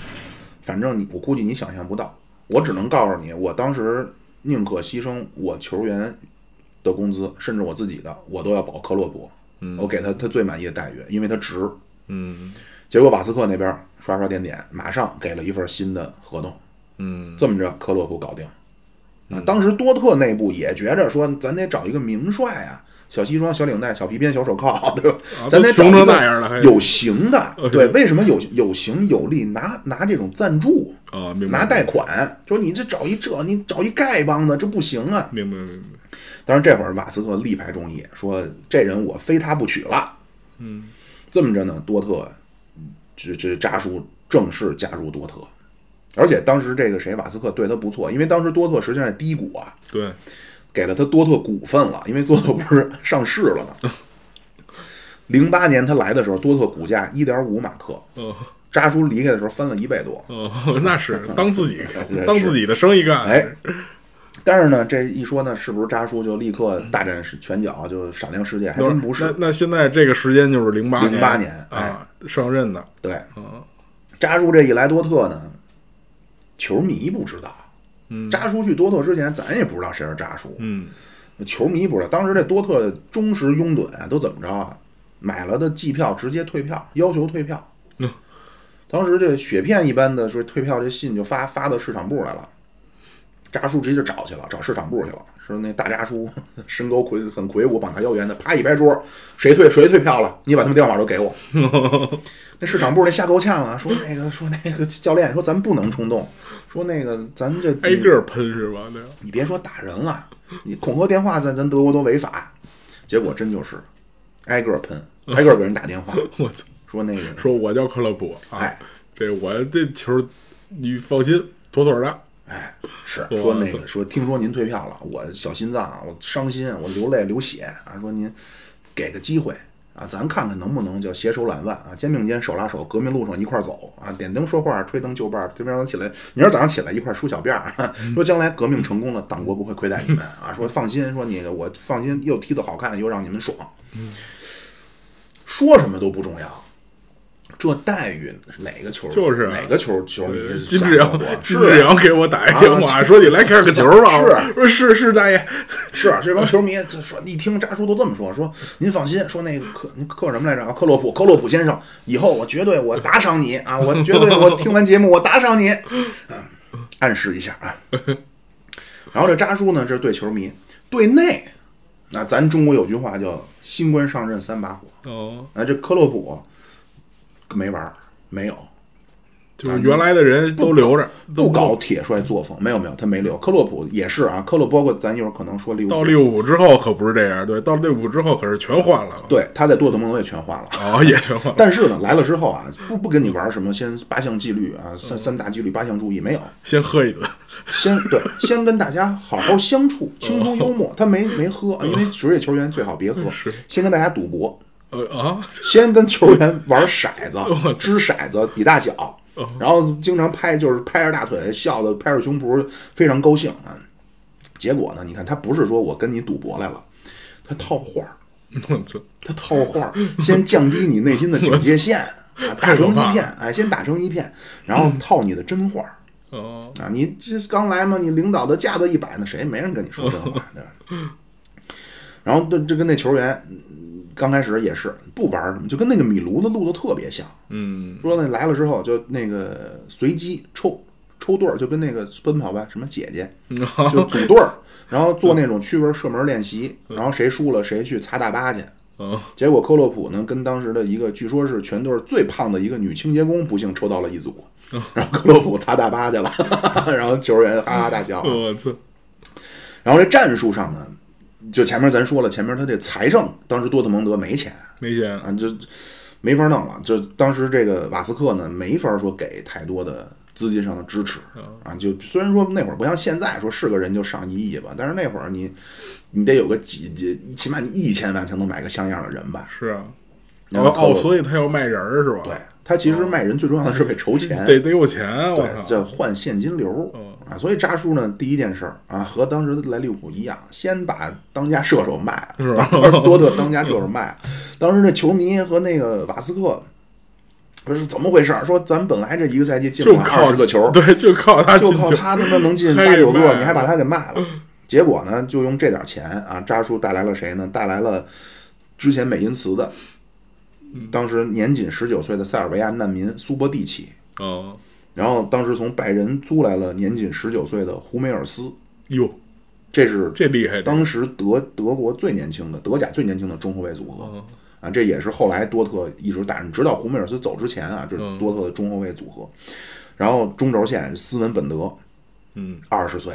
S1: 反正你我估计你想象不到，我只能告诉你，我当时宁可牺牲我球员的工资，甚至我自己的，我都要保克洛普，我给他他最满意的待遇，因为他值。
S4: 嗯
S1: 结果瓦斯克那边刷刷点点，马上给了一份新的合同，
S4: 嗯
S1: 这么着克洛普搞定。啊，当时多特内部也觉着说，咱得找一个名帅啊，小西装、小领带、小皮鞭、小手铐，对吧？咱
S4: 啊都
S1: 得找
S4: 穷
S1: 一
S4: 成那样了还
S1: 个有 型的，
S4: 呃
S1: 对，为什么有有形有力，拿拿这种赞助，
S4: 啊，明白，
S1: 拿贷款，说你这找一这，你找一丐帮的，这不行啊！
S4: 明白明白，
S1: 当然这会儿瓦斯克力排众议，说这人我非他不娶了。嗯，这么着呢，多特嗯这这扎叔正式加入多特，而且当时这个谁瓦斯克对他不错，因为当时多特实际上是低谷啊，
S4: 对，
S1: 给了他多特股份了，因为多特不是上市了嘛。零八年他来的时候，多特股价一点五马克，
S4: 哦
S1: 扎叔离开的时候翻了一倍多。
S4: 哦，那 是当自己
S1: 是
S4: 当自己的生意干，
S1: 哎，但是呢，这一说呢，是不是扎叔就立刻大展拳脚，就闪亮世界？还
S4: 那
S1: 真不是。
S4: 那那现在这个时间就是零八
S1: 08年哎
S4: 啊，上任的，
S1: 对，扎叔这一来多特呢，球迷不知道。扎叔去多特之前，咱也不知道谁是扎叔，
S4: 嗯
S1: 球迷不知道。当时这多特的忠实拥趸啊，都怎么着啊？买了的季票直接退票，要求退票。
S4: 嗯
S1: 当时这雪片一般的说退票这信就发发到市场部来了，扎叔直接就找去了，找市场部去了。说那大扎叔 身高魁很魁梧，膀大腰圆的，啪一拍桌，谁退谁退票了，你把他们电话都 给我。那市场部那吓够呛了，说那个说那个教练说咱不能冲动，说那个咱这
S4: 挨个儿喷是吧？对，
S1: 你别说打人了，你恐吓电话在咱德国都违法。结果真就是挨个儿喷，挨个儿给人打电话，
S4: 我操，
S1: 说那个
S4: 说我叫克洛普啊
S1: 哎，
S4: 这我这球你放心，妥妥的，
S1: 哎是
S4: 我
S1: 说那
S4: 操
S1: 个说听说您退票了，我小心脏，啊我伤心，我流泪流血啊，说您给个机会。啊，咱看看能不能叫携手揽腕啊，肩并肩，手拉手，革命路上一块儿走啊！点灯说话，吹灯就伴儿，这边能起来，明儿早上起来一块儿梳小辫儿、啊
S4: 嗯
S1: 说将来革命成功了，党国不会亏待你们啊！说放心，说那个我放心，又踢得好看，又让你们爽。
S4: 嗯
S1: 说什么都不重要，这待遇哪个球
S4: 就是啊
S1: 哪个球球迷
S4: 金志
S1: 想到
S4: 阳
S1: 过，
S4: 金
S1: 是啊
S4: 志阳给我打一电话，
S1: 啊
S4: 说你来看个球吧。
S1: 是啊
S4: 我说是是大爷，
S1: 是啊
S4: 嗯
S1: 这帮球迷就说，一听扎叔都这么说，说您放心，说那个克克什么来着？啊克洛普，克洛普先生，以后我绝对我打赏你啊，我绝对 我听完节目我打赏你，嗯，暗示一下啊。然后这扎叔呢，这是对球迷，对内，那咱中国有句话叫“新官上任三把火
S4: 哦”，，
S1: 那这克洛普没玩儿，没有，
S4: 就是原来的人都留着，
S1: 不
S4: 都
S1: 搞铁帅作风，没有没有，他没留。克洛普也是啊，克洛包括咱一会儿可能说利 物
S4: 到
S1: 浦，
S4: 利物浦之后可不是这样，对，到利物浦之后可是全换了，
S1: 对，他在多特蒙德也全换了。
S4: 哦，也全换了。
S1: 但是呢，来了之后啊，不不跟你玩什么先八项纪律啊，
S4: 嗯
S1: 三三大纪律八项注意没有，
S4: 先喝一顿，
S1: 先对，先跟大家好好相处，轻松幽 默。他没没喝，
S4: 嗯
S1: 因为职业球员最好别喝，先跟大家赌博，
S4: 呃啊，
S1: 先跟球员玩骰子
S4: 我操，嗯
S1: 掷骰子比大小，然后经常拍就是拍着大腿笑的，拍着胸脯非常高兴啊。结果呢，你看他不是说我跟你赌博来了，他套话儿。
S4: 我操，
S1: 他套话儿，先降低你内心的警戒线啊，打
S4: 太可
S1: 成
S4: 怕
S1: 一片，哎，先打成一片，然后套你的真话儿
S4: 哦，
S1: 啊，你这刚来嘛，你领导的架子一摆呢，谁没人跟你说真话，对吧？然后这这跟那球员嗯刚开始也是不玩儿什么，就跟那个米卢的路子特别像，
S4: 嗯，
S1: 说那来了之后就那个随机抽抽对儿，就跟那个奔跑吧什么姐姐，
S4: 哦
S1: 就组队儿，然后做那种趣味射门练习，然后谁输了谁去擦大巴去。
S4: 哦，
S1: 结果克洛普呢，跟当时的一个据说是全队最胖的一个女清洁工，不幸抽到了一组，
S4: 嗯
S1: 然后克洛普擦大巴去了， 然后球员哈哈大笑。
S4: 我操，
S1: 然后这战术上呢，就前面咱说了，前面他这财政，当时多特蒙德没钱
S4: 没钱，
S1: 哎啊，就没法弄了。就当时这个瓦斯克呢，没法说给太多的资金上的支持
S4: 嗯
S1: 啊。就虽然说那会儿不像现在说是个人就上一亿吧，但是那会儿你你得有个几几，起码你一千万才能买个像样的人吧。
S4: 是啊，
S1: 然后
S4: 哦，
S1: 后
S4: 所以他要卖人儿是吧？
S1: 对他其实卖人最重要的是为筹钱，
S4: 得得有钱，啊我
S1: 对，
S4: 操，
S1: 叫换现金流
S4: 嗯
S1: 啊。所以扎叔呢，第一件事儿啊，和当时来利物浦一样，先把当家射手卖
S4: 是
S1: 了，
S4: 吧
S1: 当时多特当家射手 卖了。当时那球迷和那个瓦斯克说是怎么回事儿？说咱们本来这一个赛季进
S4: 就
S1: 不了二
S4: 靠
S1: 十个球，
S4: 对，就靠他
S1: 就
S4: 进
S1: 靠
S4: 球，
S1: 他他妈能进
S4: 还
S1: 八
S4: 给
S1: 九
S4: 卖
S1: 个，
S4: 了
S1: 你还把他给卖了。结果呢，就用这点钱啊，扎叔带来了谁呢？带来了之前美因茨的，
S4: 嗯
S1: 当时年仅十九岁的塞尔维亚难民苏波蒂奇。
S4: 嗯，
S1: 然后当时从拜仁租来了年仅十九岁的胡梅尔斯，
S4: 哟，
S1: 这是
S4: 这厉害，这
S1: 当时德德国最年轻的德甲最年轻的中后卫组合
S4: 嗯
S1: 啊，这也是后来多特一直打，直到胡梅尔斯走之前啊，这
S4: 嗯
S1: 是多特的中后卫组合。然后中轴线斯文本德
S4: 嗯
S1: 二十岁，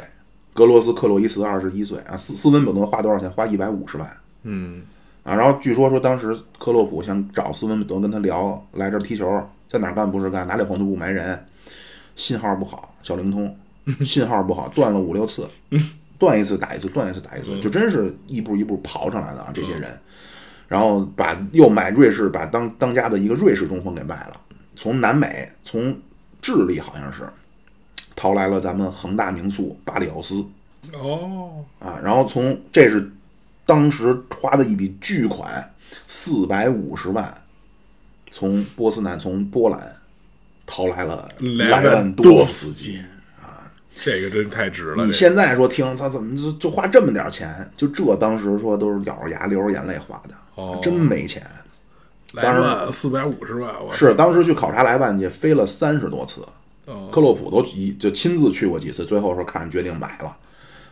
S1: 格罗斯克洛伊茨二十一岁啊，斯斯文本德花多少钱？花一百五十万。
S4: 嗯，
S1: 啊，然后据说说当时克洛普想找斯文德跟他聊，来这儿踢球，在哪儿干不是干，哪里黄土不埋人，信号不好，小灵通信号不好，断了五六次，断一次打一次，断一次打一次，就真是一步一步刨上来的啊，这些人，然后把又买瑞士，把当当家的一个瑞士中锋给卖了，从南美，从智利好像是淘来了咱们恒大名宿巴里奥斯，
S4: 哦，
S1: 啊，然后从这是当时花的一笔巨款，四百五十万，从波斯南从波兰淘来了莱万
S4: 多
S1: 多
S4: 夫
S1: 夫
S4: 斯
S1: 斯
S4: 基啊
S1: 基。
S4: 这个真太值了，
S1: 你
S4: 这
S1: 现在说听，操，怎么就就花这么点钱？就这当时说都是咬着牙流着眼泪花的，
S4: 哦
S1: 真没钱。当
S4: 莱
S1: 时
S4: 万四百五十万，我
S1: 是当时去考察莱万去，飞了三十多次，
S4: 哦
S1: 克洛普都一就亲自去过几次，最后说看决定买了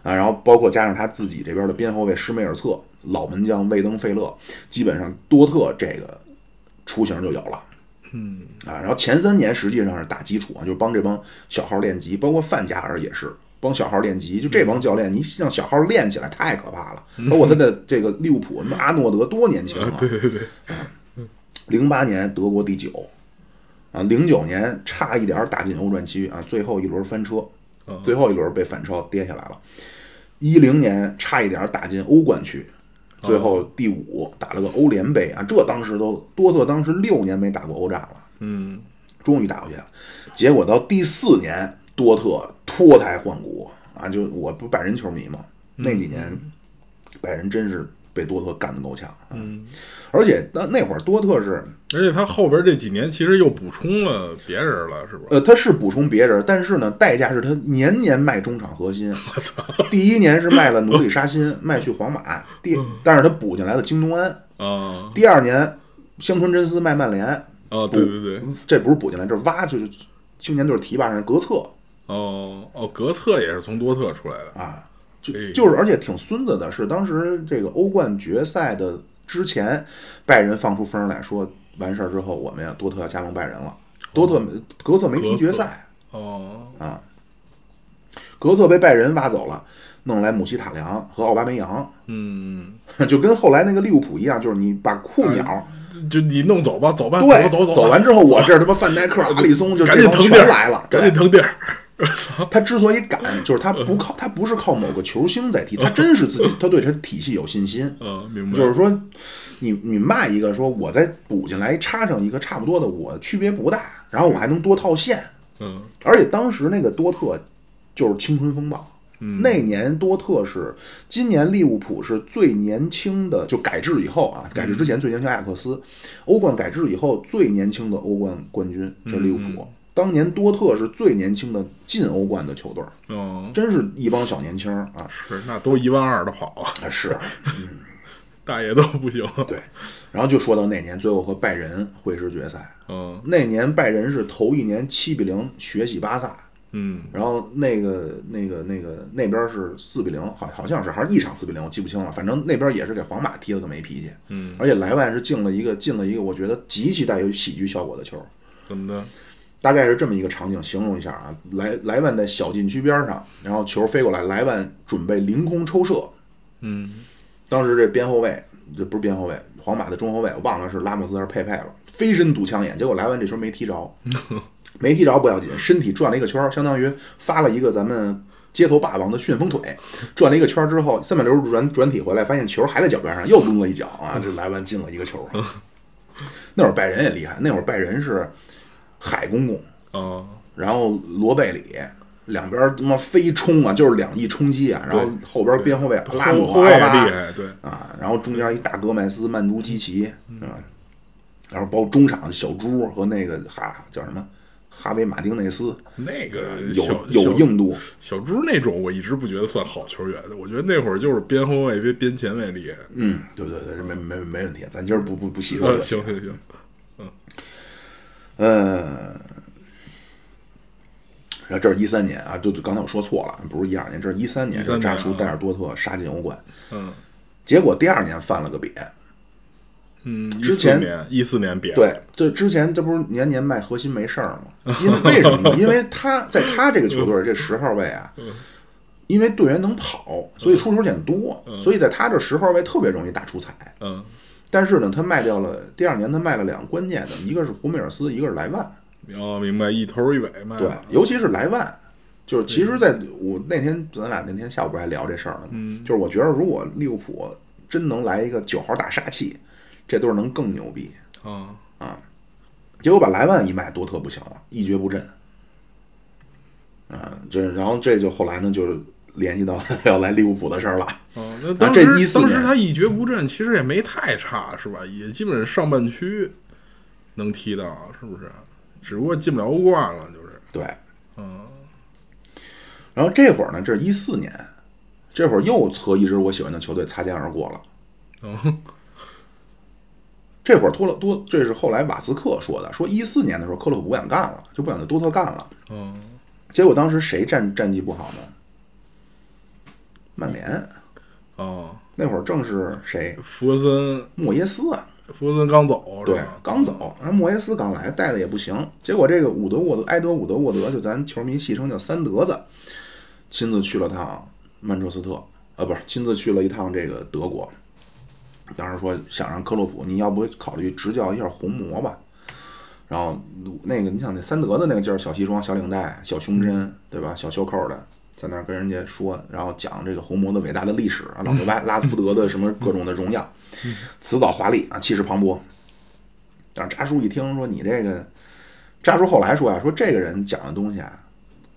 S1: 啊，然后包括加上他自己这边的边后卫施梅尔策、老门将魏登费勒，基本上多特这个雏形就有了。嗯啊，然后前三年实际上是打基础啊，就是帮这帮小号练级，包括范加尔也是帮小号练级。就这帮教练，你让小号练起来太可怕了。包括他的这个利物浦，什么阿诺德多年嗯轻啊！对对对，零八年德国第九，啊，零九年差一点打进欧战区啊，最后一轮翻车，最后一轮被反超跌下来了。一零年差一点打进欧冠区，最后第五打了个欧联杯啊，这当时都多特当时六年没打过欧战了，
S4: 嗯，
S1: 终于打过去了。结果到第四年，多特脱胎换骨啊，就我不拜仁球迷嘛，那几年拜仁真是被多特干得够呛啊。而且那那会儿多特是
S4: 而且他后边这几年其实又补充了别人了，是吧？
S1: 呃，他是补充别人，但是呢，代价是他年年卖中场核心。我操！第一年是卖了努里沙辛，卖去皇马；第，
S4: 嗯
S1: 但是他补进来了京东安。
S4: 啊
S1: 第二年，香川真司卖曼联，嗯
S4: 啊，对对对，
S1: 这不是补进来，这是挖，就是青年队提拔上来格策
S4: 哦哦，格策也是从多特出来的，
S1: 啊，就
S4: 哎
S1: 就是，而且挺孙子的是，当时这个欧冠决赛的之前，拜仁放出风儿来说，完事儿之后，我们要多特要加盟拜仁了。多特格策没踢决赛，
S4: 哦，
S1: 啊，格策被拜仁挖走了，弄来姆希塔良和奥巴梅扬，
S4: 嗯，
S1: 就跟后来那个利物浦一样，就是你把库 鸟、
S4: 就你弄走吧，走吧，走
S1: 对
S4: 嗯吧走吧
S1: 完之后，我这儿他妈范戴克、阿里松就
S4: 赶
S1: 这
S4: 紧
S1: 帮
S4: 腾地儿
S1: 全来了，
S4: 赶紧
S1: 对。
S4: 腾地儿， 我操，
S1: 他之所以敢，就是他不靠，他不是靠某个球星在踢，他真是自己，他对他体系有信心。
S4: 嗯，明白，
S1: 就是说，你你卖一个，说我再补进来，插上一个差不多的，我区别不大，然后我还能多套现，
S4: 嗯
S1: 而且当时那个多特就是青春风暴，那年多特是今年利物浦是最年轻的，就改制以后啊，改制之前最年轻埃亚克斯，欧冠改制以后最年轻的欧冠冠军，这利物浦。当年多特是最年轻的进欧冠的球队，
S4: 嗯，
S1: 真是一帮小年轻儿啊！
S4: 是那都一万二的跑啊，
S1: 啊是，
S4: 大爷都不行，
S1: 对。然后就说到那年最后和拜仁会师决赛，
S4: 嗯
S1: 那年拜仁是头一年七比零血洗巴萨，
S4: 嗯
S1: 然后那个那个那个那边是四比零，好好像是还是一场四比零，我记不清了。反正那边也是给皇马踢了个没脾气，
S4: 嗯，
S1: 而且莱万是进了一个进了一个，我觉得极其带有喜剧效果的球。
S4: 怎么的？
S1: 大概是这么一个场景，形容一下啊，莱莱万在小禁区边上，然后球飞过来，莱万准备凌空抽射，
S4: 嗯
S1: 当时这边后卫，这不是边后卫，皇马的中后卫，我忘了是拉莫斯还是佩佩了，飞身堵枪眼，结果莱万这球没踢着，没踢着不要紧，身体转了一个圈儿，相当于发了一个咱们街头霸王的旋风腿，转了一个圈儿之后，三百六十度转转体回来，发现球还在脚边上，又抡了一脚啊，这莱万进了一个球。那会儿拜仁也厉害，那会儿拜仁是海公公，
S4: 啊，
S1: 然后罗贝里两边他妈飞冲啊，就是两翼冲击啊，然后
S4: 对
S1: 后边边后卫拉姆
S4: 后后
S1: 华
S4: 卫也
S1: 拉
S4: 厉
S1: 巴
S4: 害，对，嗯
S1: 啊，然后中间一大戈麦斯、曼朱基奇啊，然后包括中场小猪和那个哈叫什么哈维马丁内斯，
S4: 那个
S1: 有
S4: 小
S1: 有
S4: 小
S1: 硬度，
S4: 小猪那种，我一直不觉得算好球员的。我觉得那会儿就是边后卫比边前卫厉害。
S1: 嗯，对对对，没没没问题，咱今儿不不不细说这
S4: 嗯，
S1: 个，
S4: 行行行，
S1: 呃，然后这是一三年啊，就就刚才我说错了，不是一二年，这是一三年，
S4: 13年
S1: 扎叔
S4: 啊
S1: 戴尔多特杀进欧冠，
S4: 嗯
S1: 结果第二年犯了个瘪，
S4: 嗯，一
S1: 之
S4: 四
S1: 前
S4: 年一四年别了
S1: 对，这之前这不是年年卖核心没事儿吗？因为为什么呢？因为他在他这个球队这十号位啊，因为队员能跑，所以出手点多，所以在他这十号位特别容易打出彩。
S4: 嗯
S1: 但是呢，他卖掉了第二年，他卖了两个关键的，一个是胡梅尔斯，一个是莱万。
S4: 哦，明白，一头一尾嘛。啊
S1: 对，尤其是莱万，就是其实在我那天咱俩那天下午不还聊这事儿呢吗？就是我觉得如果利物浦真能来一个九号大杀器，这队儿能更牛逼。
S4: 啊，
S1: 结果把莱万一卖，多特不行了，一蹶不振。啊，这然后这就后来呢，就是联系到 要来利物浦的事儿了。
S4: 哦，那当
S1: 这
S4: 时
S1: 14
S4: 当时
S1: 年
S4: 他一蹶不振，其实也没太差，是吧？也基本上半区能踢到，是不是？只不过进不了欧冠了，就是。
S1: 对，嗯。然后这会儿呢，这是一四年，这会儿又和一支我喜欢的球队擦肩而过了。
S4: 嗯
S1: 这会儿托勒多，这是后来瓦斯克说的，说一四年的时候克洛普不想干了，就不想在多特干了。
S4: 嗯，
S1: 结果当时谁战战绩不好呢？曼联
S4: 哦，
S1: 那会儿正是谁？
S4: 福格森，
S1: 莫耶斯啊，
S4: 福格森刚走，是
S1: 对
S4: 吧，？啊
S1: 刚走，然后莫耶斯刚来，带的也不行。结果这个伍德沃德埃德伍德沃德，就咱球迷戏称叫三德子，亲自去了趟曼彻斯特，啊，不是，亲自去了一趟这个德国。当时说想让克洛普，你要不考虑执教一下红魔吧？然后那个，你想那三德的那个劲儿，小西装、小领带、小胸针，对吧？小袖扣的，在那儿跟人家说，然后讲这个红魔的伟大的历史啊，老德巴拉夫德的什么各种的荣耀，辞藻华丽啊，气势磅礴。但是扎叔一听说你这个，扎叔后来说呀、说这个人讲的东西啊，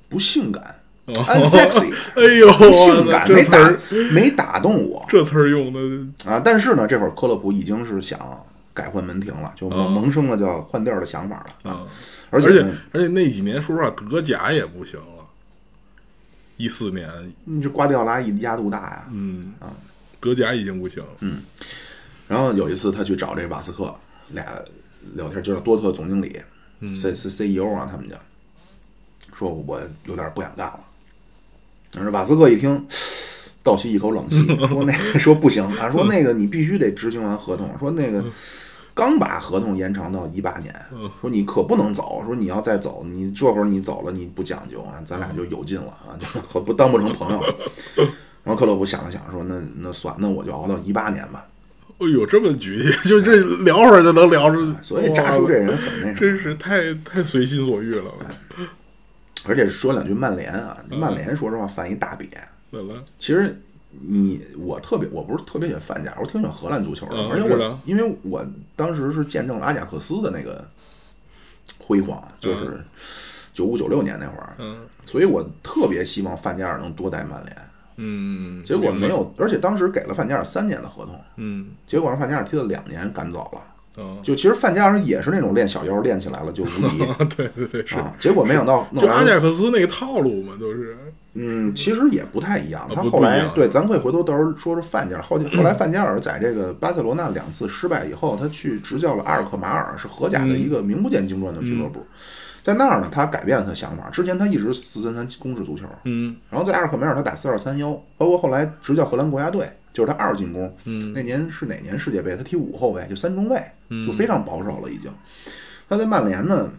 S1: 不 性感，unsexy，
S4: 哎呦，
S1: 不性感，
S4: 这
S1: 没
S4: 词儿
S1: 打没打动我
S4: 这词儿用的，
S1: 啊。但是呢，这会儿克洛普已经是想改换门庭了，就萌
S4: 嗯
S1: 萌生了叫换调的想法了。
S4: 啊，
S1: 而
S4: 而且
S1: 呢，
S4: 而且那几年说实话，德甲也不行了。一四年，
S1: 你这瓜迪奥拉一压度大呀。
S4: 嗯德甲已经不行了，嗯
S1: 然后有一次他去找这瓦斯克，俩聊天，就是多特总经理、C C C E O 啊，他们叫，说我有点不想干了。但是瓦斯克一听，倒吸一口冷气，说那个说不行啊，说那个你必须得执行完合同，说那个刚把合同延长到一八年，说你可不能走，说你要再走，你这会儿你走了你不讲究啊，咱俩就有劲了啊，就可不当不成朋友了。然后克洛普想了想说，那那算，那我就熬到一八年吧。
S4: 哎呦，这么局气， 就这聊会儿就能聊出，
S1: 所以扎叔这
S4: 哇
S1: 人很那什么，
S4: 真是太太随心所欲了，
S1: 而且说两句曼联啊，
S4: 嗯
S1: 曼联说实话犯一大瘪。
S4: 怎么了？
S1: 其实你我特别，我不是特别喜欢范家，我挺喜欢荷兰足球的，
S4: 嗯
S1: 而且
S4: 我知道
S1: 我因为我当时是见证了阿贾克斯的那个辉煌，就是九五九六年那会儿，
S4: 嗯
S1: 所以我特别希望范加尔能多待曼联。
S4: 嗯，
S1: 结果
S4: 明白
S1: 没，有，而且当时给了范加尔三年的合同，
S4: 嗯
S1: 结果让范加尔踢了两年赶走了。
S4: 啊，
S1: 就其实范加尔也是那种练小腰练起来了就无敌
S4: 对对对，是，
S1: 啊，结果没想到弄
S4: 就
S1: 完
S4: 阿
S1: 了
S4: 贾克斯那个套路嘛，都是，
S1: 嗯，其实也不太一样。他
S4: 啊不
S1: 后
S4: 不一
S1: 来
S4: 样
S1: 对，咱可以回头到时候说说范加尔。后后来范加尔在这个巴塞罗那两次失败以后，他去执教了阿尔克马尔，是荷甲的一
S4: 嗯
S1: 个名不见经传的俱乐部。在那儿呢，他改变了他想法。之前他一直四三三攻势足球，
S4: 嗯
S1: 然后在阿尔克马尔他打四二三幺，包括后来执教荷兰国家队，就是他二进攻。
S4: 嗯
S1: 那年是哪年世界杯？他踢五后卫，就三中卫，就非
S4: 嗯
S1: 常保守了已经。他在曼联呢，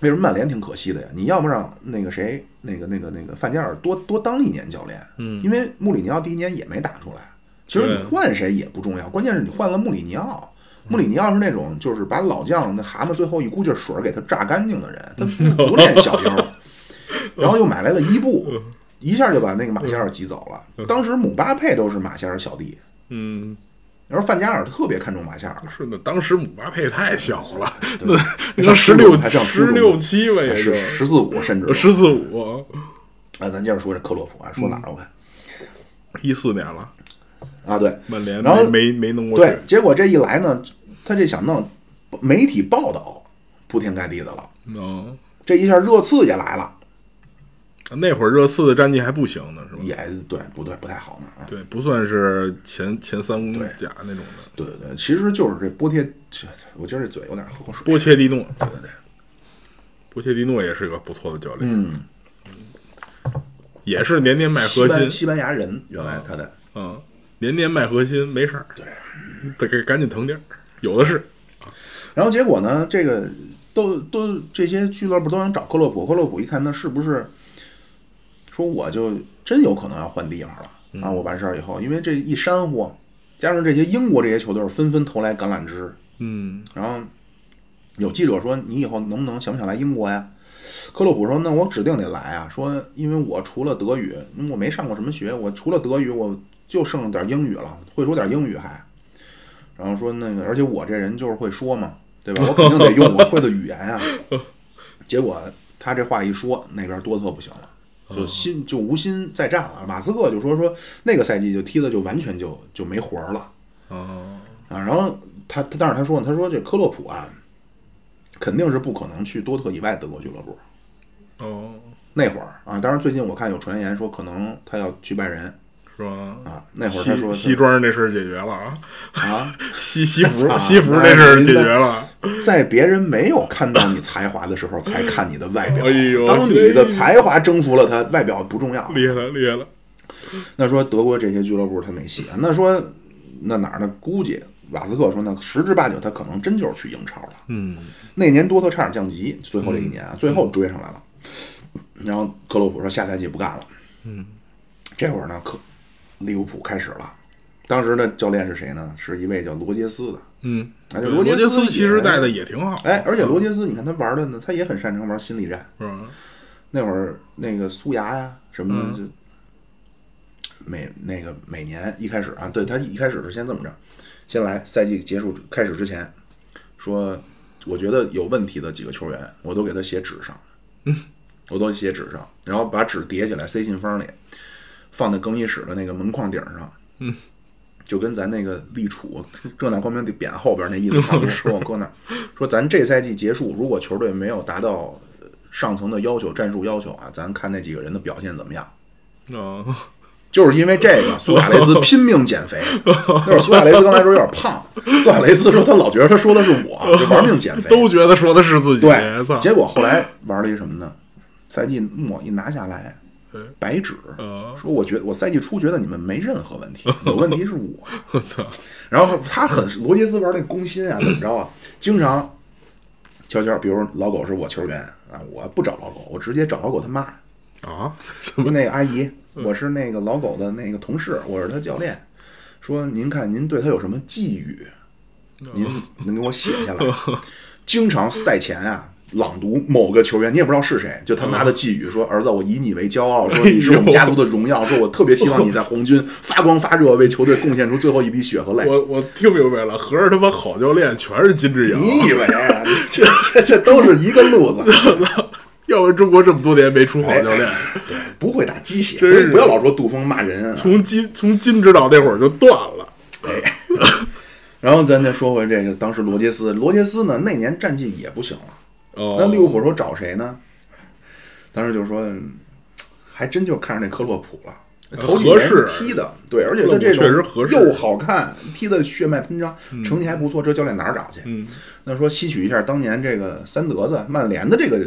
S1: 为什么曼联挺可惜的呀？你要不让那个谁，那个那个那个范加尔多多当一年教练，
S4: 嗯
S1: 因为穆里尼奥第一年也没打出来。其实
S4: 对
S1: 你换谁也不重要，关键是你换了穆里尼奥，穆里尼奥是那种就是把老将那蛤蟆最后一股劲水给他榨干净的人，他
S4: 嗯
S1: 不不练 小腰，然后又买来了伊布，一下就把那个马夏尔挤走了。当时姆巴佩都是马夏尔小弟，
S4: 嗯，
S1: 然后范加尔特别看重马夏尔，
S4: 是的，当时姆巴佩太小了，
S1: 对
S4: 那
S1: 那
S4: 那十
S1: 上
S4: 六
S1: 还上
S4: 十
S1: 初
S4: 六
S1: 中
S4: 七吧，也
S1: 啊是
S4: 就嗯
S1: 十四五甚至
S4: 十四嗯五，
S1: 啊，咱接着说这克洛普啊，说哪儿我看
S4: 一四年了，
S1: 啊，对
S4: 曼联
S1: 然后
S4: 没没没弄过去
S1: 对，，结果这一来呢，他这想弄媒体报道铺天盖地的了，
S4: 嗯，
S1: 这一下热刺也来了，
S4: 那会儿热刺的战绩还不行呢，是吧？
S1: 也对不对不太好呢啊，
S4: 对，不算是前前三公甲那种的。
S1: 对对对，其实就是这波切，这我今儿这嘴有点喝口水，
S4: 波切蒂诺，对对对，波切蒂诺也是个不错的教练，
S1: 嗯，
S4: 也是年年卖核
S1: 西班
S4: 心，
S1: 西班牙人，原来他的
S4: 嗯，年年卖核心，没事儿，对，得给赶紧腾地儿，有的是，
S1: 然后结果呢，这个都都这些俱乐部都想找克洛普，克洛普一看那是不是，说我就真有可能要换地方了、啊！我完事儿以后，因为这一煽乎，加上这些英国这些球队纷纷投来橄榄枝，
S4: 嗯，
S1: 然后有记者说你以后能不能想不想来英国呀？克洛普说：“那我指定得来啊！说因为我除了德语，我没上过什么学，我除了德语，我就剩点英语了，会说点英语还。然后说那个，而且我这人就是会说嘛，对吧？我肯定得用我会的语言啊。结果他这话一说，那边多特不行了，就心就无心再战了。马斯克就说说那个赛季就踢的就完全就就没活儿了。
S4: 哦，
S1: 啊，然后他他但是他说呢，他说这科洛普啊，肯定是不可能去多特以外德国俱乐部。
S4: 哦，
S1: 那会儿啊，当然最近我看有传言说可能他要去拜仁
S4: 是吧？
S1: 啊。那会儿他
S4: 西
S1: 说
S4: 西装这事儿解决了啊，
S1: 啊，
S4: 西西服
S1: 操
S4: 西服这事儿解决了，
S1: 在别人没有看到你才华的时候，才看你的外表。
S4: 哎呦
S1: 当你的才华征服了他，外表不重要。
S4: 厉害了厉害了，
S1: 那说德国这些俱乐部他没戏啊。那说那哪儿呢？估计瓦斯克说呢，十之八九他可能真就是去英超了。
S4: 嗯，
S1: 那年多特差点降级，最后这一年啊，最后追上来了。然后克洛普说下赛季不干了。嗯，这会儿呢，克利物浦开始了。当时的教练是谁呢？是一位叫罗杰斯的。
S4: 嗯，
S1: 而且
S4: 对罗
S1: 罗杰
S4: 杰斯
S1: 斯也
S4: 其实带的嗯也挺好，
S1: 哎，而且罗杰斯，你看他玩的呢，他也很擅长玩心理战。
S4: 是吧？
S1: 那会儿那个苏牙呀、什么的，就每那个每年一开始啊，对他一开始是先这么着，先来赛季结束开始之前，说我觉得有问题的几个球员，我都给他写纸上，我都写纸上，然后把纸叠起来塞信封里，放在更衣室的那个门框顶上，就跟咱那个立储正大光明匾后边那意思差不 多。说我搁那儿说，咱这赛季结束，如果球队没有达到呃上层的要求、战术要求啊，咱看那几个人的表现怎么样。
S4: 哦，
S1: 就是因为这个，苏亚雷斯拼命减 肥。那会儿苏亚雷斯刚来的时候有点胖，苏亚雷斯说他老觉得他说的是我，就玩命减 肥。
S4: 都觉得说的是自己，操
S1: 对，，结果后来玩了一什么呢？赛季末一拿下来
S4: 嗯，
S1: 白纸
S4: 嗯
S1: 说，我觉得我赛季初觉得你们没任何 问题，有问题是我。
S4: 我操，
S1: 然后他很罗杰斯玩那攻心啊，怎么着啊？经常悄悄，比如老狗是我球员啊，我不找老狗，我直接找老狗他妈，
S4: 啊，什
S1: 说
S4: 么？
S1: 那个阿姨，我是那个老狗的那个同事，我是他教练。说您看您对他有什么寄语？您能给我写下来？经常赛前啊。朗读某个球员，你也不知道是谁，就他妈的寄语说：“儿子，我以你为骄傲，说你是我们家族的荣耀，说我特别希望你在红军发光发热，为球队贡献出最后一滴血和 泪。”
S4: 我我听明白了，合着他妈好教练全是金志
S1: 你
S4: 尧，
S1: 以为啊？ 这这这都是一个路子，
S4: 要不然中国这么多年没出好教练，
S1: 哎不会打鸡血，
S4: 真
S1: 所
S4: 是
S1: 以不要老说杜峰骂人啊。
S4: 从金从金指导那会儿就断了。
S1: 然后咱再说回这个，当时罗杰斯，罗杰斯呢那年战绩也不行了。
S4: 哦
S1: 那利物浦说找谁呢？当时就说，嗯还真就看上这科洛普了。头几
S4: 呃合
S1: 年
S4: 适啊
S1: 踢的，对，而且
S4: 克洛普
S1: 他这种
S4: 确实合适
S1: 又好看，踢的血脉喷张，成绩还不错，这教练哪儿找去？
S4: 嗯，
S1: 那说吸取一下当年这个三德子曼联的这个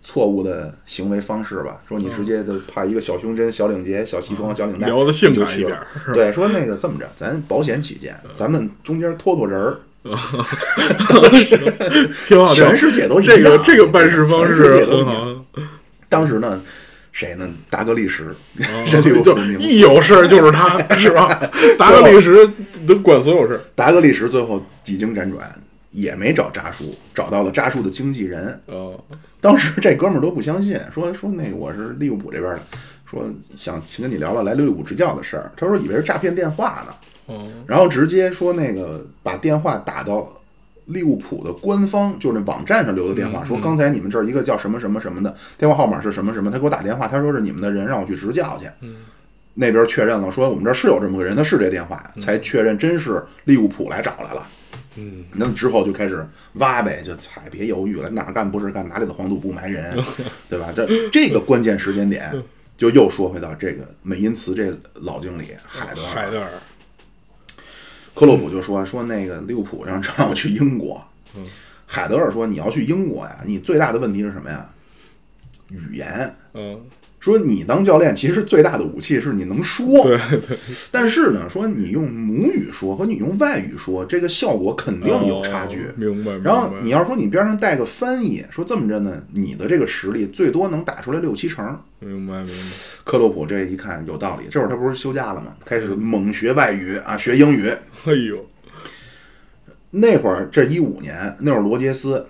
S1: 错误的行为方式吧。说你直接就派一个小胸针、小领结、小西装、小领
S4: 嗯
S1: 带，
S4: 啊聊得性感一
S1: 你就去
S4: 点嗯
S1: 了。对，说那个这么着，咱保险起见，咱们中间拖拖人儿，
S4: 挺好，
S1: 全世界都一样
S4: 啊这个这个办事方
S1: 啊全世
S4: 式
S1: 界都
S4: 很
S1: 一样
S4: 好。哦
S1: 当时呢，谁呢？达格利什，
S4: 啊
S1: 这里我
S4: 就
S1: 不明白
S4: 一有事儿就是他，是 吧？达格利什能管所有事儿，
S1: 达格利什最后几经辗转也没找扎叔，找到了扎叔的经纪人。
S4: 哦，
S1: 当时这哥们儿都不相信，说说那个我是利物浦这边的，说想请跟你聊聊来利物浦执教的事儿。他说以为是诈骗电话呢，
S4: 哦，
S1: 然后直接说那个把电话打到利物浦的官方，就是那网站上留的电话，说刚才你们这儿一个叫什么什么什么的电话号码是什么什么，他给我打电话，他说是你们的人让我去执教去。那边确认了，说我们这儿是有这么个人，他是这电话，才确认真是利物浦来找来了。嗯，那之后就开始挖呗，就踩，别犹豫了，哪儿干不是干，哪里的黄土不埋人， 对吧？这这个关键时间点，就又说回到这个美因茨这老经理海德尔
S4: 海德尔，
S1: 克洛普就说说那个利物浦让让我去英国，
S4: 嗯
S1: 海德尔说你要去英国呀，你最大的问题是什么呀？语言。
S4: 嗯，
S1: 说你当教练，其实最大的武器是你能说，对对。但是呢，说你用母语说和你用外语说，这个效果肯定有差距。
S4: 哦明白，明白
S1: 然后你要说你边上带个翻译，说这么着呢，你的这个实力最多能打出来六七成。
S4: 明白明白，
S1: 克洛普这一看有道理，这会儿他不是休假了吗？开始猛学外语啊，学英语，
S4: 哎呦，
S1: 那会儿这一五年，那会儿罗杰斯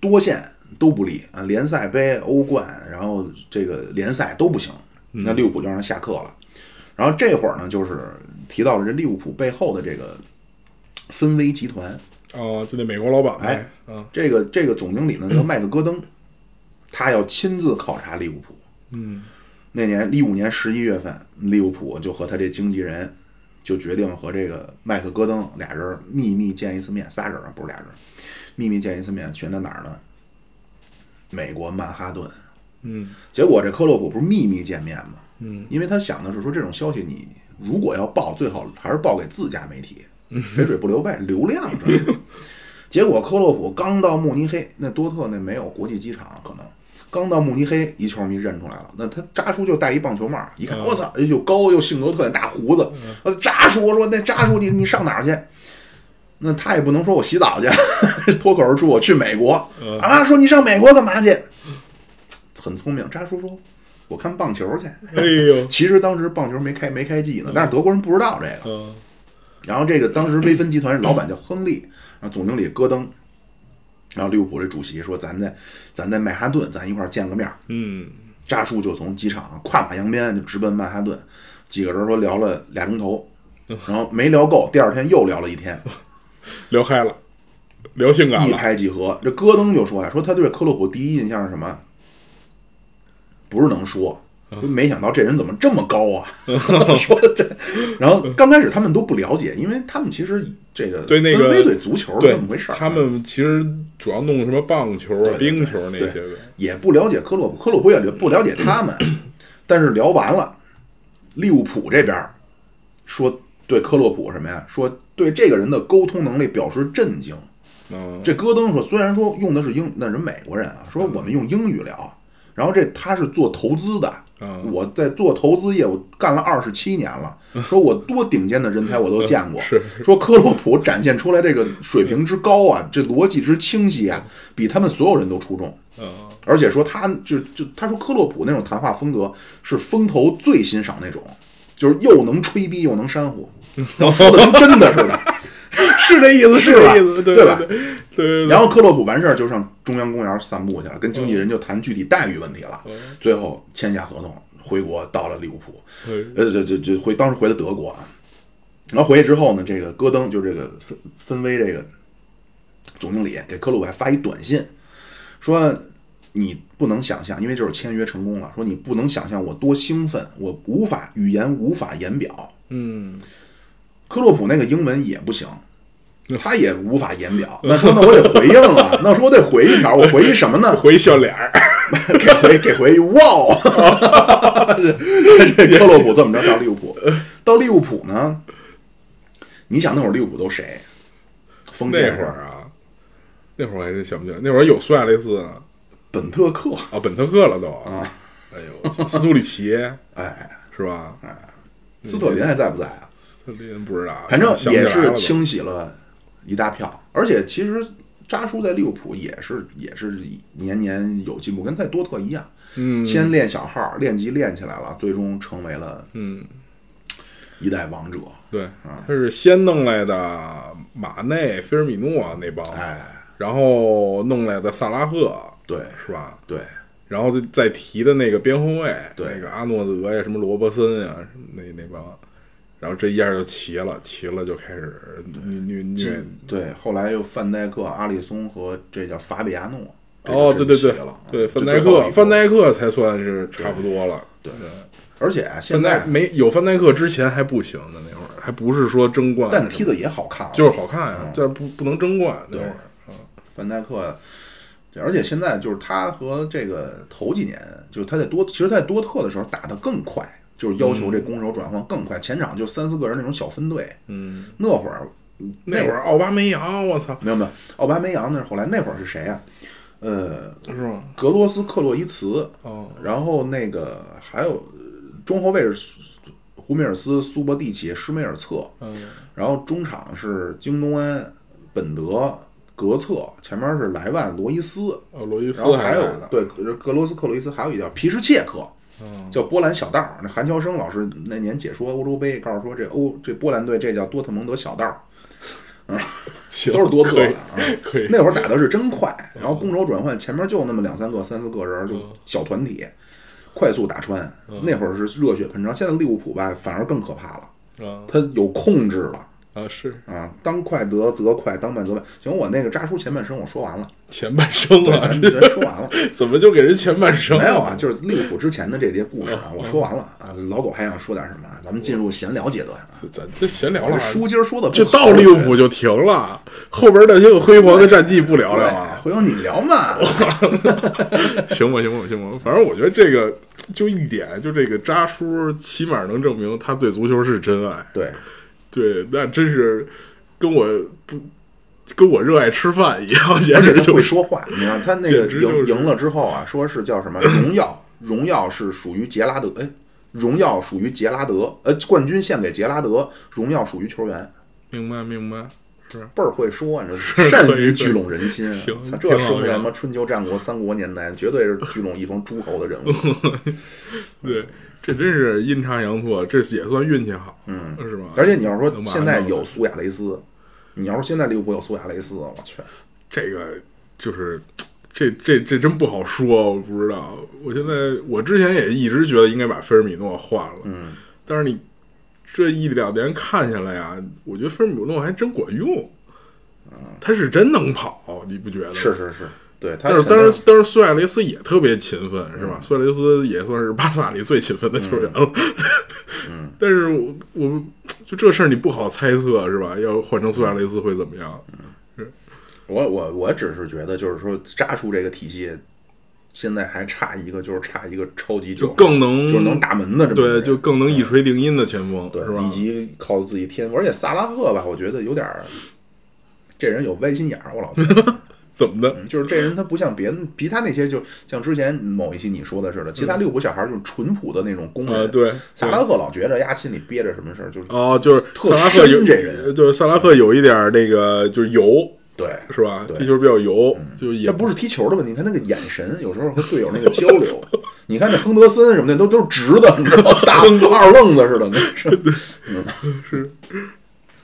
S1: 多线都不利啊，联赛杯、欧冠，然后这个联赛都不行，那利物浦就让人下课了。然后这会儿呢，就是提到了这利物浦背后的这个分威集团，
S4: 哦，就那美国老板呗，
S1: 哎
S4: 啊，
S1: 这个这个总经理呢 叫麦克戈登，他要亲自考察利物浦。
S4: 嗯，
S1: 那年一五年十一月份，利物浦就和他这经纪人就决定和这个麦克戈登俩人秘密见一次面，仨人啊，不是俩人，秘密见一次面，选在哪儿呢？美国曼哈顿。
S4: 嗯，
S1: 结果这克洛普不是秘密见面吗？
S4: 嗯，
S1: 因为他想的是说这种消息你如果要报，最好还是报给自家媒 体，肥水不流外，流量这是。结果克洛普刚到慕尼黑，那多特那没有国际机场，可能刚到慕尼黑，一球迷认出来了，那他扎叔就戴一棒球帽，一看我操，又高又性格特点，大胡子，我说扎叔，我说那扎叔你你上哪儿去？那他也不能说我洗澡去， 脱口而出我去美国啊，说你上美国干嘛去？很聪明，扎叔说我看棒球去。
S4: 哎呦，
S1: 其实当时棒球没开没开季呢，但是德国人不知道这个。
S4: 嗯，
S1: 然后这个当时威芬集团老板叫亨利，然后总经理戈登，然后利物浦这主席说咱在咱在曼哈顿咱一块儿见个面儿。
S4: 嗯，
S1: 扎叔就从机场跨马扬鞭就直奔曼哈顿，几个人说聊了俩钟头，然后没聊够，第二天又聊了一天，
S4: 聊嗨了，聊性感
S1: 一
S4: 了，
S1: 拍即合。这戈登就说呀、说他对克洛普第一印象是什么？不是能说，
S4: 嗯
S1: 说没想到这人怎么这么高啊！ 说这，然后刚开始他们都不了解，因为他们其实这个
S4: 对那个
S1: 分为对足球是
S4: 对
S1: 那么回事儿，
S4: 他们其实主要弄什么棒球啊、
S1: 对对
S4: 冰球那些呗，
S1: 也不了解克洛普，克洛普也不了解他们。但是聊完了，利物浦这边儿说对克洛普什么呀？说对这个人的沟通能力表示震惊。
S4: 嗯，
S1: 这戈登说，虽然说用的是英，那人美国人啊，说我们用英语聊。然后这他是做投资的，
S4: 嗯
S1: 我在做投资业务干了二十七年了，说我多顶尖的人才我都见过。
S4: 嗯是
S1: 说科洛普展现出来这个水平之高啊，这逻辑之清晰啊，比他们所有人都出众。
S4: 嗯，
S1: 而且说他就就他说科洛普那种谈话风格是风投最欣赏那种，就是又能吹逼又能煽乎， 然后说的跟真的似 的，是这意思
S4: 是
S1: 吧？
S4: 这意思， 对
S1: 对吧
S4: 对？对对对，
S1: 然后克洛普完事儿就上中央公园散步去了，跟经纪人就谈具体待遇问题了，最后签下合同回国，到了利物浦，
S4: 对
S1: 呃，这这这回当时回的德国啊，然后回去之后呢，这个戈登就这个分分威这个总经理给克洛普还发一短信，说你不能想象，因为这是签约成功了，说你不能想象我多兴奋，我无法语言无法言表。
S4: 嗯，
S1: 克洛普那个英文也不行。他也无法言表，那说那我得回应啊，那我说我得回一条，我回一什么呢？
S4: 回笑脸儿，
S1: 给回给回 哇！这这克洛普这么着到利物浦，到利物浦呢？你想那会儿利物浦都谁？锋
S4: 那
S1: 线
S4: 会儿啊，那会儿我还真想不起来，那会儿有苏亚雷斯呢
S1: 本特克，
S4: 啊，本特克了都啊，哎呦我去，斯图里奇
S1: 哎，
S4: 是吧？
S1: 斯特林还在不在啊？
S4: 斯图里不知道，
S1: 反正
S4: 想不起
S1: 也
S4: 来了
S1: 是
S4: 都
S1: 清洗了一大票，而且其实扎叔在利物浦也是也是年年有进步，跟在多特一样，
S4: 嗯
S1: 先练小号，练级练起来了，最终成为了
S4: 嗯，
S1: 一代王者。
S4: 对，
S1: 啊
S4: 他是先弄来的马内、菲尔米诺那帮，
S1: 哎，
S4: 然后弄来的萨拉赫，
S1: 对
S4: 是吧？
S1: 对，
S4: 然后再再提的那个边后卫，
S1: 对
S4: 那个阿诺德呀，什么罗伯森呀，什么那那帮，然后这一下就齐了，齐了就开始虐虐虐，
S1: 对，后来又范戴克、阿里松和这叫法比亚诺。这
S4: 哦，对
S1: 真
S4: 对
S1: 齐
S4: 对
S1: 了，
S4: 对
S1: 啊
S4: 范
S1: 这
S4: 戴
S1: 最后一
S4: 克，
S1: 步
S4: 范戴克才算是差不多了。
S1: 对，而且啊现
S4: 范戴
S1: 在，
S4: 没有范戴克之前还不行呢，那会儿还不是说争冠什么
S1: 但
S4: 的，
S1: 踢的也好看啊，
S4: 就是好看呀，但不不能争冠那会儿。
S1: 范戴克，而且现在就是他和这个头几年，就是他在多，其实他在多特的时候打得更快，就是要求这攻守转换更快，前场就三四个人那种小分队。
S4: 嗯，
S1: 那会儿，
S4: 那会儿奥巴梅扬，我操，
S1: 没有没有，奥巴梅扬那是后来，那会儿是谁呀、呃，
S4: 是吗？
S1: 格罗斯、克洛伊茨，
S4: 哦，
S1: 然后那个还有呃中后卫是苏胡梅尔斯、苏博蒂奇、施梅尔策，
S4: 嗯，
S1: 然后中场是京东安、本德、格策，前面是莱万、罗伊斯，
S4: 哦，罗伊斯
S1: 然后
S4: 还
S1: 还有
S4: 来呢，
S1: 对格格罗斯克洛伊斯，还有一叫皮什切克，叫波兰小道儿。那韩乔生老师那年解说欧洲杯，告诉说这欧这波兰队这叫多特蒙德小道儿，
S4: 行
S1: 都是多特
S4: 可
S1: 的
S4: 以
S1: 啊。
S4: 可以，
S1: 那会儿打的是真快，然后攻守转换，前面就那么两三个、三四个人儿，就
S4: 嗯
S1: 小团体，快速打穿。那会儿是热血喷张，现在利物浦吧反而更可怕了，
S4: 啊
S1: 他有控制了
S4: 啊是
S1: 啊，当快得则快，当慢则慢。行，我那个扎叔前半生我说完了，
S4: 前半生
S1: 对，
S4: 啊，
S1: 咱咱说完了。
S4: 怎么就给人前半生？
S1: 没有啊，就是利物浦之前的这些故事
S4: 嗯
S1: 啊，我说完了啊。老狗还想说点什么啊？咱们进入闲聊阶段啊。
S4: 咱，咱这闲聊
S1: 我这
S4: 了，
S1: 书今儿说的
S4: 就到利物浦就停了，后边那些个辉煌的战绩不聊
S1: 聊
S4: 聊
S1: 聊
S4: 啊
S1: 啊，？回头你 聊嘛。
S4: 行吧，行吧，行吧，反正我觉得这个就一点，就这个扎叔起码能证明他对足球是真爱。
S1: 对，
S4: 对，那真是跟我不跟我热爱吃饭一样，简
S1: 而且
S4: 直
S1: 他
S4: 就
S1: 会
S4: 是
S1: 说 话，你看他那个
S4: 简直就是
S1: 赢赢了之后啊，说是叫什么荣耀，荣耀是属于杰拉德，哎，荣耀属于杰拉德，呃，冠军献给杰拉德，荣耀属于球员，
S4: 明白明白。
S1: 倍儿会 说啊，这善
S4: 可以可
S1: 于
S4: 以
S1: 聚拢人心啊。
S4: 行
S1: 操
S4: 挺
S1: 这
S4: 好
S1: 说明
S4: 挺
S1: 什
S4: 好
S1: 么？春秋战国三国年代，绝对是聚拢一方诸侯的 人物。
S4: 对，这真是阴差阳错，这也算运气好，嗯，是吧？
S1: 而且你要说
S4: 能把他
S1: 现在
S4: 弄
S1: 有苏亚雷斯，你要说现在利物浦有苏亚雷斯，我去，
S4: 这个就是。这这这真不好说，我不知道。我现在我之前也一直觉得应该把菲尔米诺换了，
S1: 嗯，
S4: 但是你这一两年看下来呀，我觉得菲尔米诺还真管用，他是真能跑，你不觉得？
S1: 嗯是。是是，对，他嗯
S4: 但是
S1: 肯定
S4: 当然，当然，苏亚雷斯也特别勤奋，是吧？苏亚雷斯也算是巴萨里最勤奋的球员了。嗯， 但是我我就这事儿你不好猜测，是吧？要换成苏亚雷斯会怎么样？
S1: 嗯我我我只是觉得，就是说扎叔这个体系，现在还差一个，就是差一个超级
S4: 就
S1: 九，
S4: 更能
S1: 就是能打门的这么一个
S4: 对，
S1: 人
S4: 就更能一锤定音的前锋，
S1: 对
S4: 是吧？
S1: 以及靠自己天赋。而且萨拉赫吧，我觉得有点儿，这人有歪心眼儿，我老觉 得
S4: 怎么的？
S1: 就是这人他不像别人，比他那些就像之前某一期你说的似的，其他利物浦小孩儿就是淳朴的那种工
S4: 嗯啊
S1: 人。
S4: 对
S1: 嗯萨拉赫老觉着丫心里憋着什么事儿，就是
S4: 哦，就是
S1: 特
S4: 萨拉赫有
S1: 深这人
S4: 就是萨拉赫有一点儿那个就是油，
S1: 对。
S4: 是吧？
S1: 对
S4: 踢球比较油，就也
S1: 这不是踢球的问题，你看那个眼神，有时候和队友那个 交流，你看那亨德森什么的都都是直的，你知道吗？大二愣子似的，那是。 嗯，
S4: 是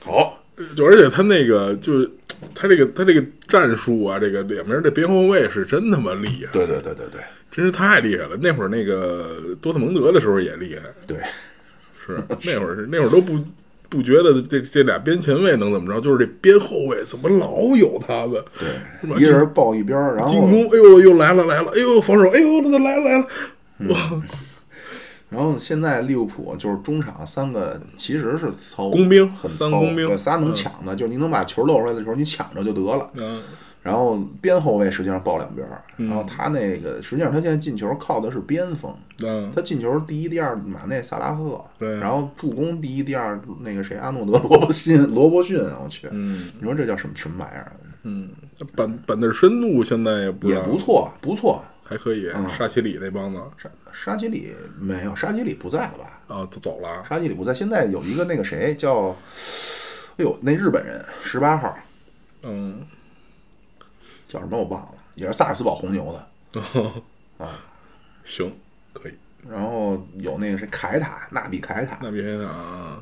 S1: 好，
S4: 就而且他那个就是他这个他这个战术啊，这个两边的边后卫是真他妈厉害，
S1: 对对对对对
S4: 真是太厉害了。那会儿那个多特蒙德的时候也厉害，
S1: 对，
S4: 是 那会儿是那会儿都不不觉得这这俩边前卫能怎么着，就是这边后卫怎么老有他们，对，是吧？
S1: 一个人抱一边儿，然
S4: 进
S1: 后
S4: 攻，哎呦又来了来了，哎呦防守，哎呦来了来了，哇，
S1: 然后现在利物浦就是中场三个其实是糙
S4: 工兵
S1: 很
S4: 三
S1: 糙
S4: 工兵
S1: 对仨能
S4: 嗯
S1: 抢的，就是你能把球露出来的时候你抢着就得了。
S4: 嗯
S1: 然后边后卫实际上抱两边儿，然后他那个实际上他现在进球靠的是边锋，
S4: 嗯
S1: 他进球第一、第二马内、萨拉赫，
S4: 对啊
S1: 然后助攻第一、第二那个谁阿诺德、罗伯逊、 罗伯逊，啊我去，
S4: 嗯
S1: 你说这叫什么什么玩意儿？
S4: 嗯，板板凳深度现在也不知
S1: 也
S4: 道
S1: 不，错，不错。
S4: 还可以，沙奇里那帮子
S1: 沙沙奇里没有，沙奇里不在了吧？
S4: 啊都走了，
S1: 沙奇里不在，现在有一个那个 谁叫，哎呦，那日本人十八号，
S4: 嗯，
S1: 叫什么我忘了，也是萨尔斯堡红牛的。
S4: 啊行，可以。
S1: 然后有那个谁凯塔，纳比凯塔，
S4: 那别的啊，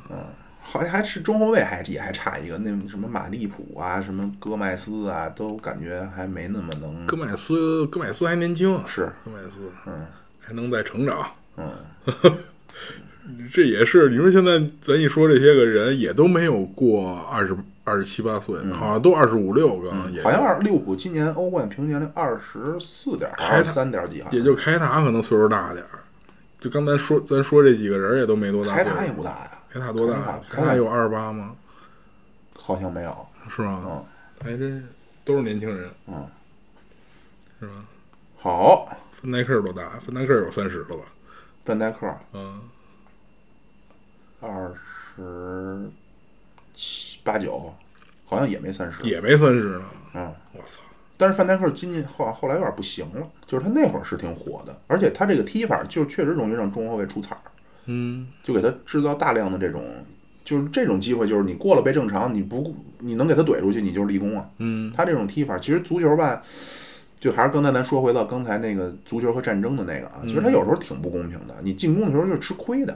S1: 好像还是中后卫还也还差一个，那什么马利普啊，什么戈麦斯啊，都感觉还没那么能
S4: 戈麦斯，戈麦斯还年轻，啊
S1: 是
S4: 戈麦斯，
S1: 嗯，
S4: 还能再成长。
S1: 嗯，
S4: 这也是你说现在咱一说这些个人，也都没有过二十二十七八岁，好像都二十五六个，也
S1: 好像二利物浦今年欧冠平均年龄二十四点
S4: 凯塔
S1: 还是三点几，好像
S4: 也就开塔可能岁数大点儿。就刚才说咱说这几个人也都没多大
S1: 凯
S4: 岁数
S1: 塔也不大呀，
S4: 开塔多
S1: 凯
S4: 大
S1: 塔？
S4: 开塔有二十八吗？
S1: 好像没有，
S4: 是吗？
S1: 嗯
S4: 还真是都是年轻人。
S1: 嗯，
S4: 是吧？
S1: 好，
S4: 范戴克有多大？范戴克有三十了吧？
S1: 范戴克
S4: 嗯，
S1: 二十七八九，好像也没三十，
S4: 也没三十呢。
S1: 嗯。
S4: 我操！
S1: 但是范戴克今年后后来有点不行了，就是他那会儿是挺火的，而且他这个踢法就确实容易让中后卫出彩儿，
S4: 嗯，
S1: 就给他制造大量的这种，就是这种机会，就是你过了被正常，你不你能给他怼出去，你就是立功啊。
S4: 嗯，
S1: 他这种踢法，其实足球吧，就还是刚才咱说回到刚才那个足球和战争的那个啊，其实
S4: 嗯
S1: 他有时候挺不公平的，你进攻的时候就是吃亏的，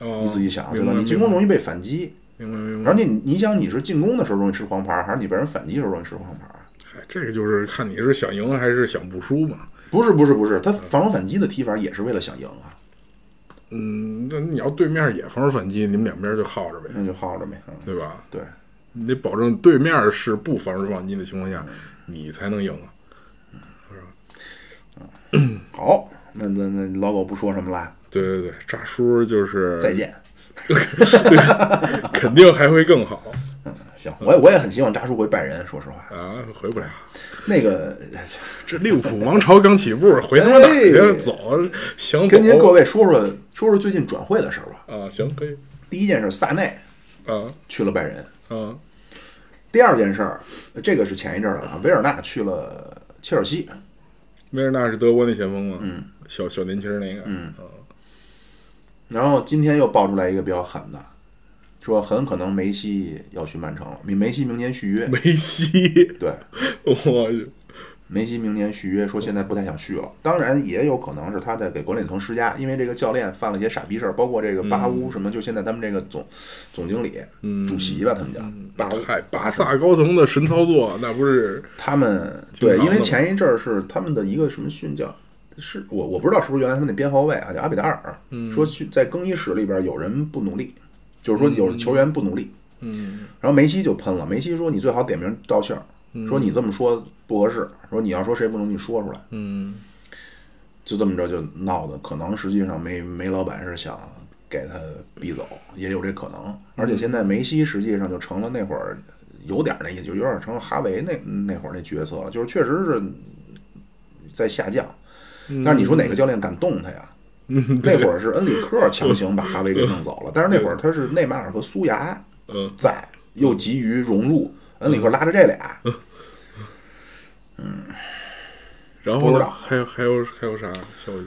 S4: 哦，
S1: 你自己想对
S4: 明
S1: 吧？
S4: 白
S1: 你进攻容易被反击，
S4: 明白明白。
S1: 而且你你想你是进攻的时候容易吃黄牌，还是你被人反击的时候容易吃黄牌？
S4: 哎这个就是看你是想赢还是想不输嘛。
S1: 不是不是不是，他防守反击的踢法也是为了想赢啊，
S4: 嗯，那你要对面也防守反击，你们两边就耗着呗，
S1: 那就耗着呗。嗯
S4: 对吧？
S1: 对，
S4: 你得保证对面是不防守反击的情况
S1: 嗯
S4: 下，你才能赢啊。
S1: 好，那那那老狗不说什么了，
S4: 对对对，炸叔就是
S1: 再， 见。
S4: 肯定还会更好
S1: 行，我也我也很希望扎叔回拜仁，说实话，
S4: 啊，回不了。
S1: 那个
S4: 这利物浦王朝刚起步，回他妈哪儿
S1: 哎
S4: 去？走，想走
S1: 跟您各位说说说说最近转会的事儿吧。
S4: 啊，行可以
S1: 第一件事，萨内
S4: 啊
S1: 去了拜仁；
S4: 啊
S1: 第二件事儿，这个是前一阵儿了啊，维尔纳去了切尔西。
S4: 梅尔纳是德国那前锋吗？嗯，小小年轻儿那个，嗯，
S1: 然后今天又爆出来一个比较狠的，说很可能梅西要去曼城了，梅梅西明年续约。
S4: 梅西，
S1: 对，
S4: 我去，
S1: 梅西明年续约，说现在不太想续了。当然，也有可能是他在给管理层施压，因为这个教练犯了一些傻逼事儿，包括这个巴乌什么，就现在他们这个总总经理、主席吧，他们叫巴乌，
S4: 嗨，巴萨高层的神操作，那不是
S1: 他们
S4: 经
S1: 对，
S4: 常
S1: 因为
S4: 的
S1: 前一阵儿是他们的一个什么训叫，是我我不知道是不是原来他们那边后卫啊，叫阿比达尔，
S4: 嗯
S1: 说去在更衣室里边有人不努力，就是说有球员不努力，
S4: 嗯
S1: 然后梅西就喷了，梅西说你最好点名道姓儿，说你这么说不合适，说你要说谁不能你说出来。
S4: 嗯
S1: 就这么着就闹的，可能实际上梅梅老板是想给他逼走，也有这可能。而且现在梅西实际上就成了那会儿有点那意思，就有点成了哈维那那会儿那角色了，就是确实是在下降。但是你说哪个教练敢动他呀？那会儿是恩里克强行把哈维给弄走了，但是那会儿他是内马尔和苏牙
S4: 嗯
S1: 在，又急于融入，恩里克拉着这俩，
S4: 然
S1: 不
S4: 后
S1: 知
S4: 呢
S1: 道
S4: 还有还有还有啥消息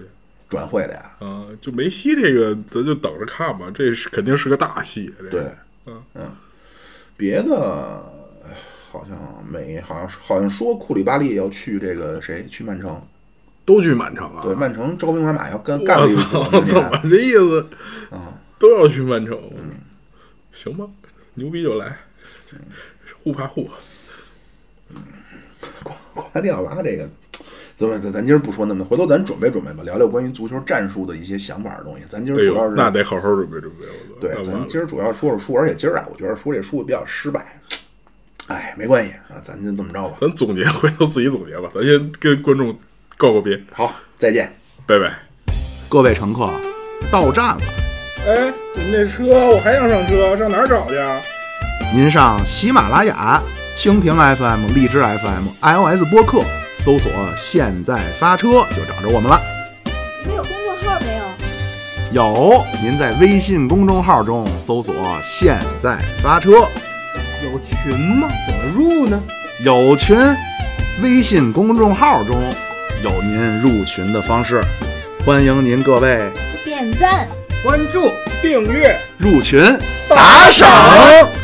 S1: 转会的呀。
S4: 啊？就梅西这个，咱就等着看吧，这是肯定是个大戏。这个
S1: 对，
S4: 嗯
S1: 别的唉好像没，好像好像说库里巴利要去这个谁去曼城，
S4: 都去满城了。啊
S1: 对，曼城招兵买马要跟干
S4: 我
S1: 利物
S4: 操，
S1: 浦
S4: 怎么
S1: 呢
S4: 这意思？
S1: 啊
S4: 都要去曼城，行吧，牛逼就来，互怕互。
S1: 瓜迪奥拉这个，咱咱咱今儿不说那么多，回头咱准备准备吧，聊聊关于足球战术的一些想法的东西。咱今儿
S4: 哎
S1: 主
S4: 呦
S1: 要，
S4: 那
S1: 是
S4: 得好好准备准备。我操
S1: 对
S4: 那，完
S1: 咱
S4: 了
S1: 今儿主要说说书，而且今儿啊，我觉得说这书比较失败，哎，没关系啊，咱就这么着吧。
S4: 咱总结，回头自己总结吧。咱先跟观众告个别，
S1: 好，再见，
S4: 拜拜。
S1: 各位乘客，到站了，
S4: 哎，你们那车我还想上车，上哪儿找去啊？
S1: 您上喜马拉雅、蜻蜓 FM、荔枝 FM、iOS 播客搜索“现在发车”就找着我们了。
S3: 你们有公众号没有？
S1: 有，您在微信公众号中搜索“现在发车
S2: 有群吗？怎么入呢？”，
S1: 有群，微信公众号中有您入群的方式，欢迎您各位
S3: 点赞。
S2: 关注。
S4: 订阅。
S1: 入群打赏。